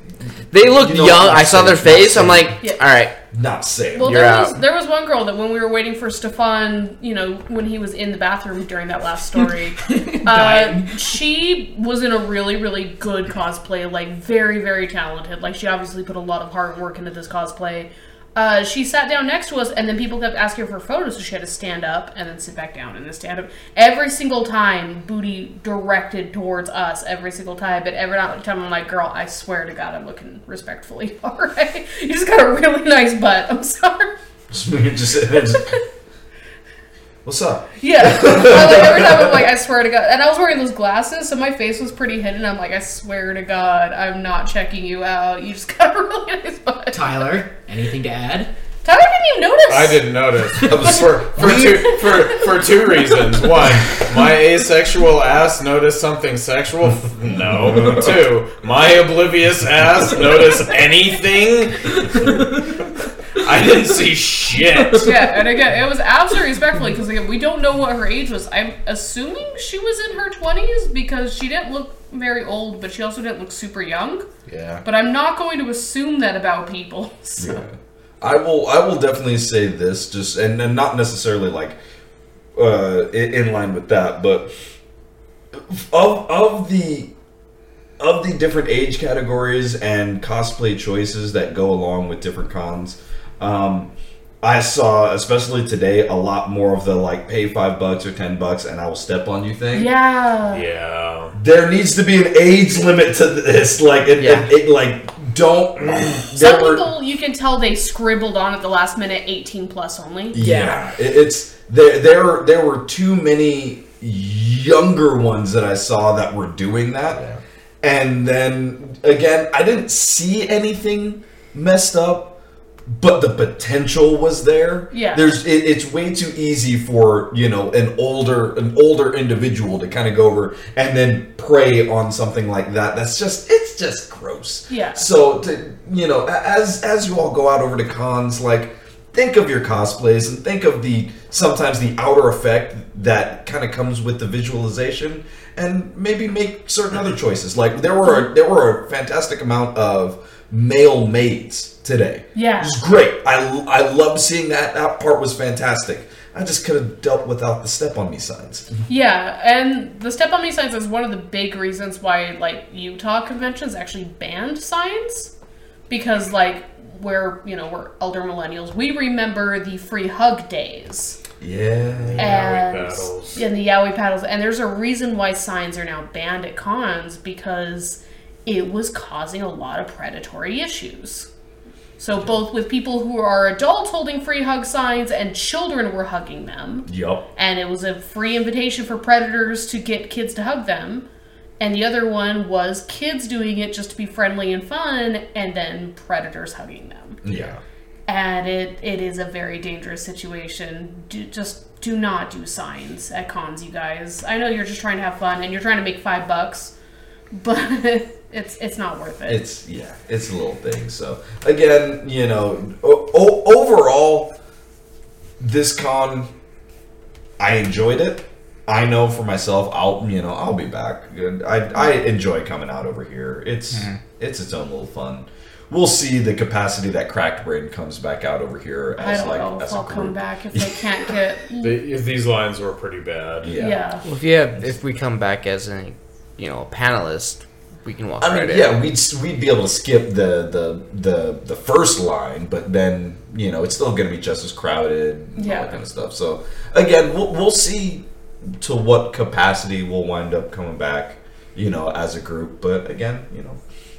They looked You know young. what I saw I'm their saying. face. I'm like, Yeah. all right. not saying. Well, You're there was out. there was one girl that when we were waiting for Stefan, you know, when he was in the bathroom during that last story, uh, she was in a really really good cosplay, like very very talented. Like she obviously put a lot of hard work into this cosplay. Uh, she sat down next to us, and then people kept asking her for photos, so she had to stand up and then sit back down and then stand up. Every single time, booty directed towards us every single time, but every now- time I'm like, girl, I swear to God, I'm looking respectfully. All right, you just got a really nice butt. I'm sorry. Just- just- What's up? Yeah. I, like, every time I'm like, I swear to God. And I was wearing those glasses, so my face was pretty hidden. I'm like, I swear to God, I'm not checking you out. You just got a really nice butt. Tyler, anything to add? Tyler didn't even notice. I didn't notice. was- for, for, two, for, for two reasons. One, my asexual ass noticed something sexual? F- No. Two, my oblivious ass noticed anything? I didn't see shit. Yeah, and again, it was absolutely respectfully because again, we don't know what her age was. I'm assuming she was in her 20s because she didn't look very old, but she also didn't look super young. Yeah. But I'm not going to assume that about people. So. I will. I will definitely say this. Just and, and not necessarily like uh, i- in line with that, but of of the of the different age categories and cosplay choices that go along with different cons. Um, I saw, especially today, a lot more of the like pay five bucks or ten bucks and I will step on you thing. Yeah. Yeah. There needs to be an age limit to this. Like, it, Yeah. it, it, like don't. Some there were- people you can tell they scribbled on at the last minute 18 plus only. Yeah, it- it's there. There, there were too many younger ones that I saw that were doing that, and then again, I didn't see anything messed up, but the potential was there. Yeah. there's it, it's way too easy for you know an older an older individual to kind of go over and then prey on something like that. That's just it's just gross. Yeah. So to you know, a- as as you all go out over to cons, like think of your cosplays and think of the sometimes the outer effect that kind of comes with the visualization, and maybe make certain other choices. Like there were a, there were a fantastic amount of male maids today. Yeah. It was great. I I loved seeing that. That part was fantastic. I just could have dealt without the step on me signs. Mm-hmm. Yeah, and the step on me signs is one of the big reasons why like Utah conventions actually banned signs because like we're you know we're elder millennials we remember the free hug days Yeah. and paddles. and the Yowie paddles and there's a reason why signs are now banned at cons because it was causing a lot of predatory issues. So both with people who are adults holding free hug signs and children were hugging them Yup. and it was a free invitation for predators to get kids to hug them. And the other one was kids doing it just to be friendly and fun, and then predators hugging them. Yeah. And it, it is a very dangerous situation. Do, just do not do signs at cons, you guys. I know you're just trying to have fun and you're trying to make five bucks, but it's it's not worth it. it's yeah, it's a little thing. So again, you know, o- o- overall, this con, I enjoyed it. I know for myself, I'll you know I'll be back. I I enjoy coming out over here. It's Mm-hmm. it's its own little fun. We'll see the capacity that Cracked Brain comes back out over here I as don't like know if as I'll a come group. back if they can't get. The, these lines were pretty bad. Yeah. yeah. Well, if you have, if we come back as a, you know, a panelist, we can walk I mean, right in. yeah, we'd s- we'd be able to skip the the the the first line, but then you know it's still going to be just as crowded, and all Yeah. that kind of stuff. So again, we'll we'll see to what capacity we'll wind up coming back, you know, as a group. But again, you know,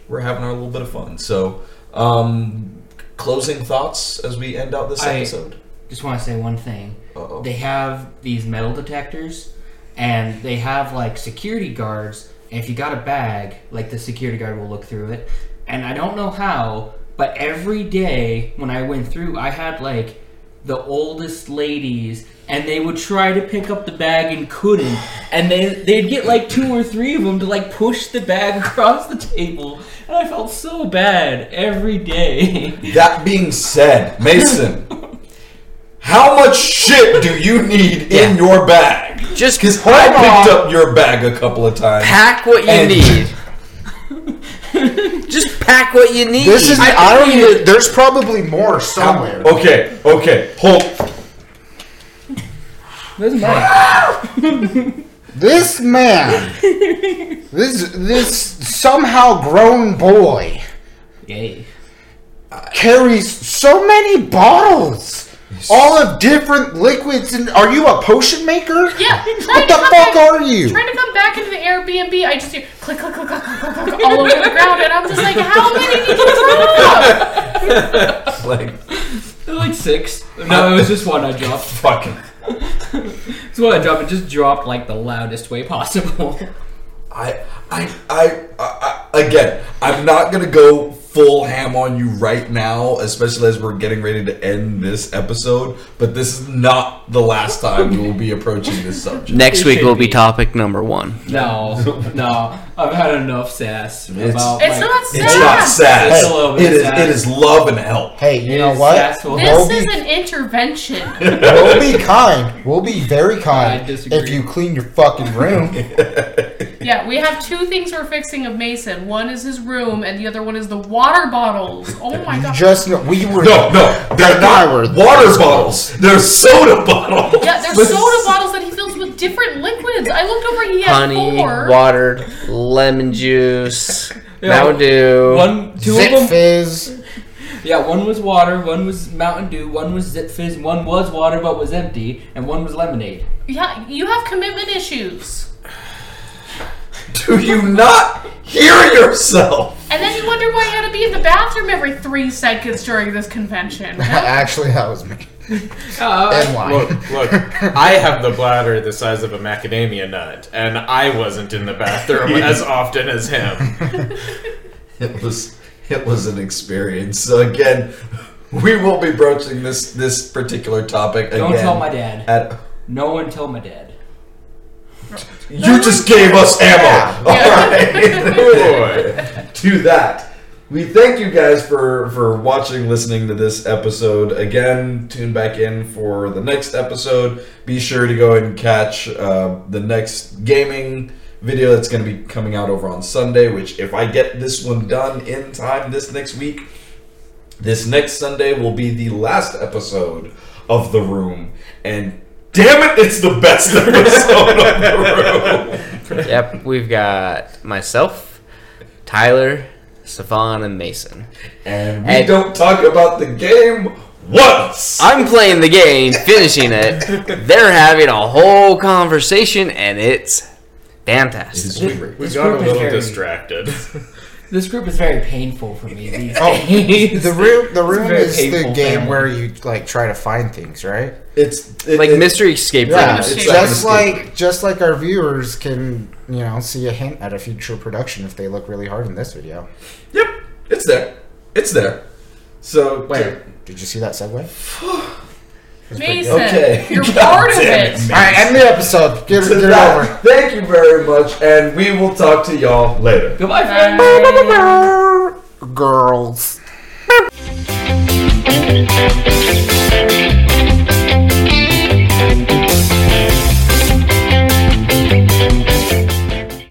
we're having our little bit of fun. So, um, closing thoughts as we end out this I- episode. Just want to say one thing. Uh-oh. They have these metal detectors, and they have like security guards. And if you got a bag, like the security guard will look through it. And I don't know how, but every day when I went through, I had like the oldest ladies, and they would try to pick up the bag and couldn't. And they they'd get like two or three of them to like push the bag across the table. And I felt so bad every day. That being said, Mason, how much shit do you need in your bag? Just Because I picked up your bag a couple of times. pack what you And- need. Just pack what you need. This is. I, don't even. There's probably more somewhere. Okay, okay, hold. This man. this this somehow grown boy Yay. carries so many bottles, all of different liquids. And are you a potion maker? Yeah, trying What to the come fuck back, are you? Trying to come back into the Airbnb, I just hear click, click, click, click, click, click, click all over the ground, and I'm just like, how many did you throw? Like, They're like six. No, it was just one I dropped. fucking. It's one I dropped. It just dropped like the loudest way possible. I, I, I, I, I, again, I'm not gonna go full ham on you right now, especially as we're getting ready to end this episode, but this is not the last time we will be approaching this subject. Next It week should will be be. topic number one. No, no, I've had enough sass It's- about. It's like, not It's not sad. sad. It's a little bit It is, sad. it is love and help. Hey, you it know is what? sassful. Well, This we- is an intervention. We'll be kind. We'll be very I kind disagree. if you clean your fucking room. Yeah, we have two things we're fixing of Mason. One is his room, and the other one is the water bottles. Oh my god. Just know- we were No, no, they're That's my not word. water bottles. They're soda bottles. Yeah, there's soda bottles that he fills with different liquids. I looked over, he had Honey, four. water, lemon juice, Yeah, Mountain Dew. One, two Zip of them. fizz. Yeah, one was water, one was Mountain Dew, one was Zip Fizz, one was water but was empty, and one was lemonade. Yeah, you have commitment issues. Do you not hear yourself? And then you wonder why you had to be in the bathroom every three seconds during this convention. Actually, that was me. and wine. Look, look, I have the bladder the size of a macadamia nut, and I wasn't in the bathroom as often as him. It was it was an experience. So again, we will be broaching this this particular topic again. Don't tell my dad. At, No one tell my dad. you just gave us ammo. All right. Boy. to that. We thank you guys for for watching, listening to this episode. Again, tune back in for the next episode. Be sure to go and catch uh, the next gaming video that's going to be coming out over on Sunday. Which, if I get this one done in time this next week, this next Sunday will be the last episode of The Room, and damn it, it's the best episode of The Room. Yep, we've got myself, Tyler, Stefan, and Mason. And we And- don't talk about the game once. I'm playing the game, finishing it. They're having a whole conversation, and it's fantastic. We This got a group is little very- distracted. This group is very painful for me these Oh, days. The room, the room very is the painful game family. where you like try to find things, right? It's it, Like it- mystery escape room. Yeah, it's like just an like escape just like our viewers can, you know, see a hint at a future production if they look really hard in this video. Yep, it's there. It's there. So Wait, did you see that segue? Mason, Okay. you're God part of damn it. All right, end the episode. Get, to get it that, over. Thank you very much, and we will talk to y'all later. Goodbye, friend. Uh, Bye. Girls.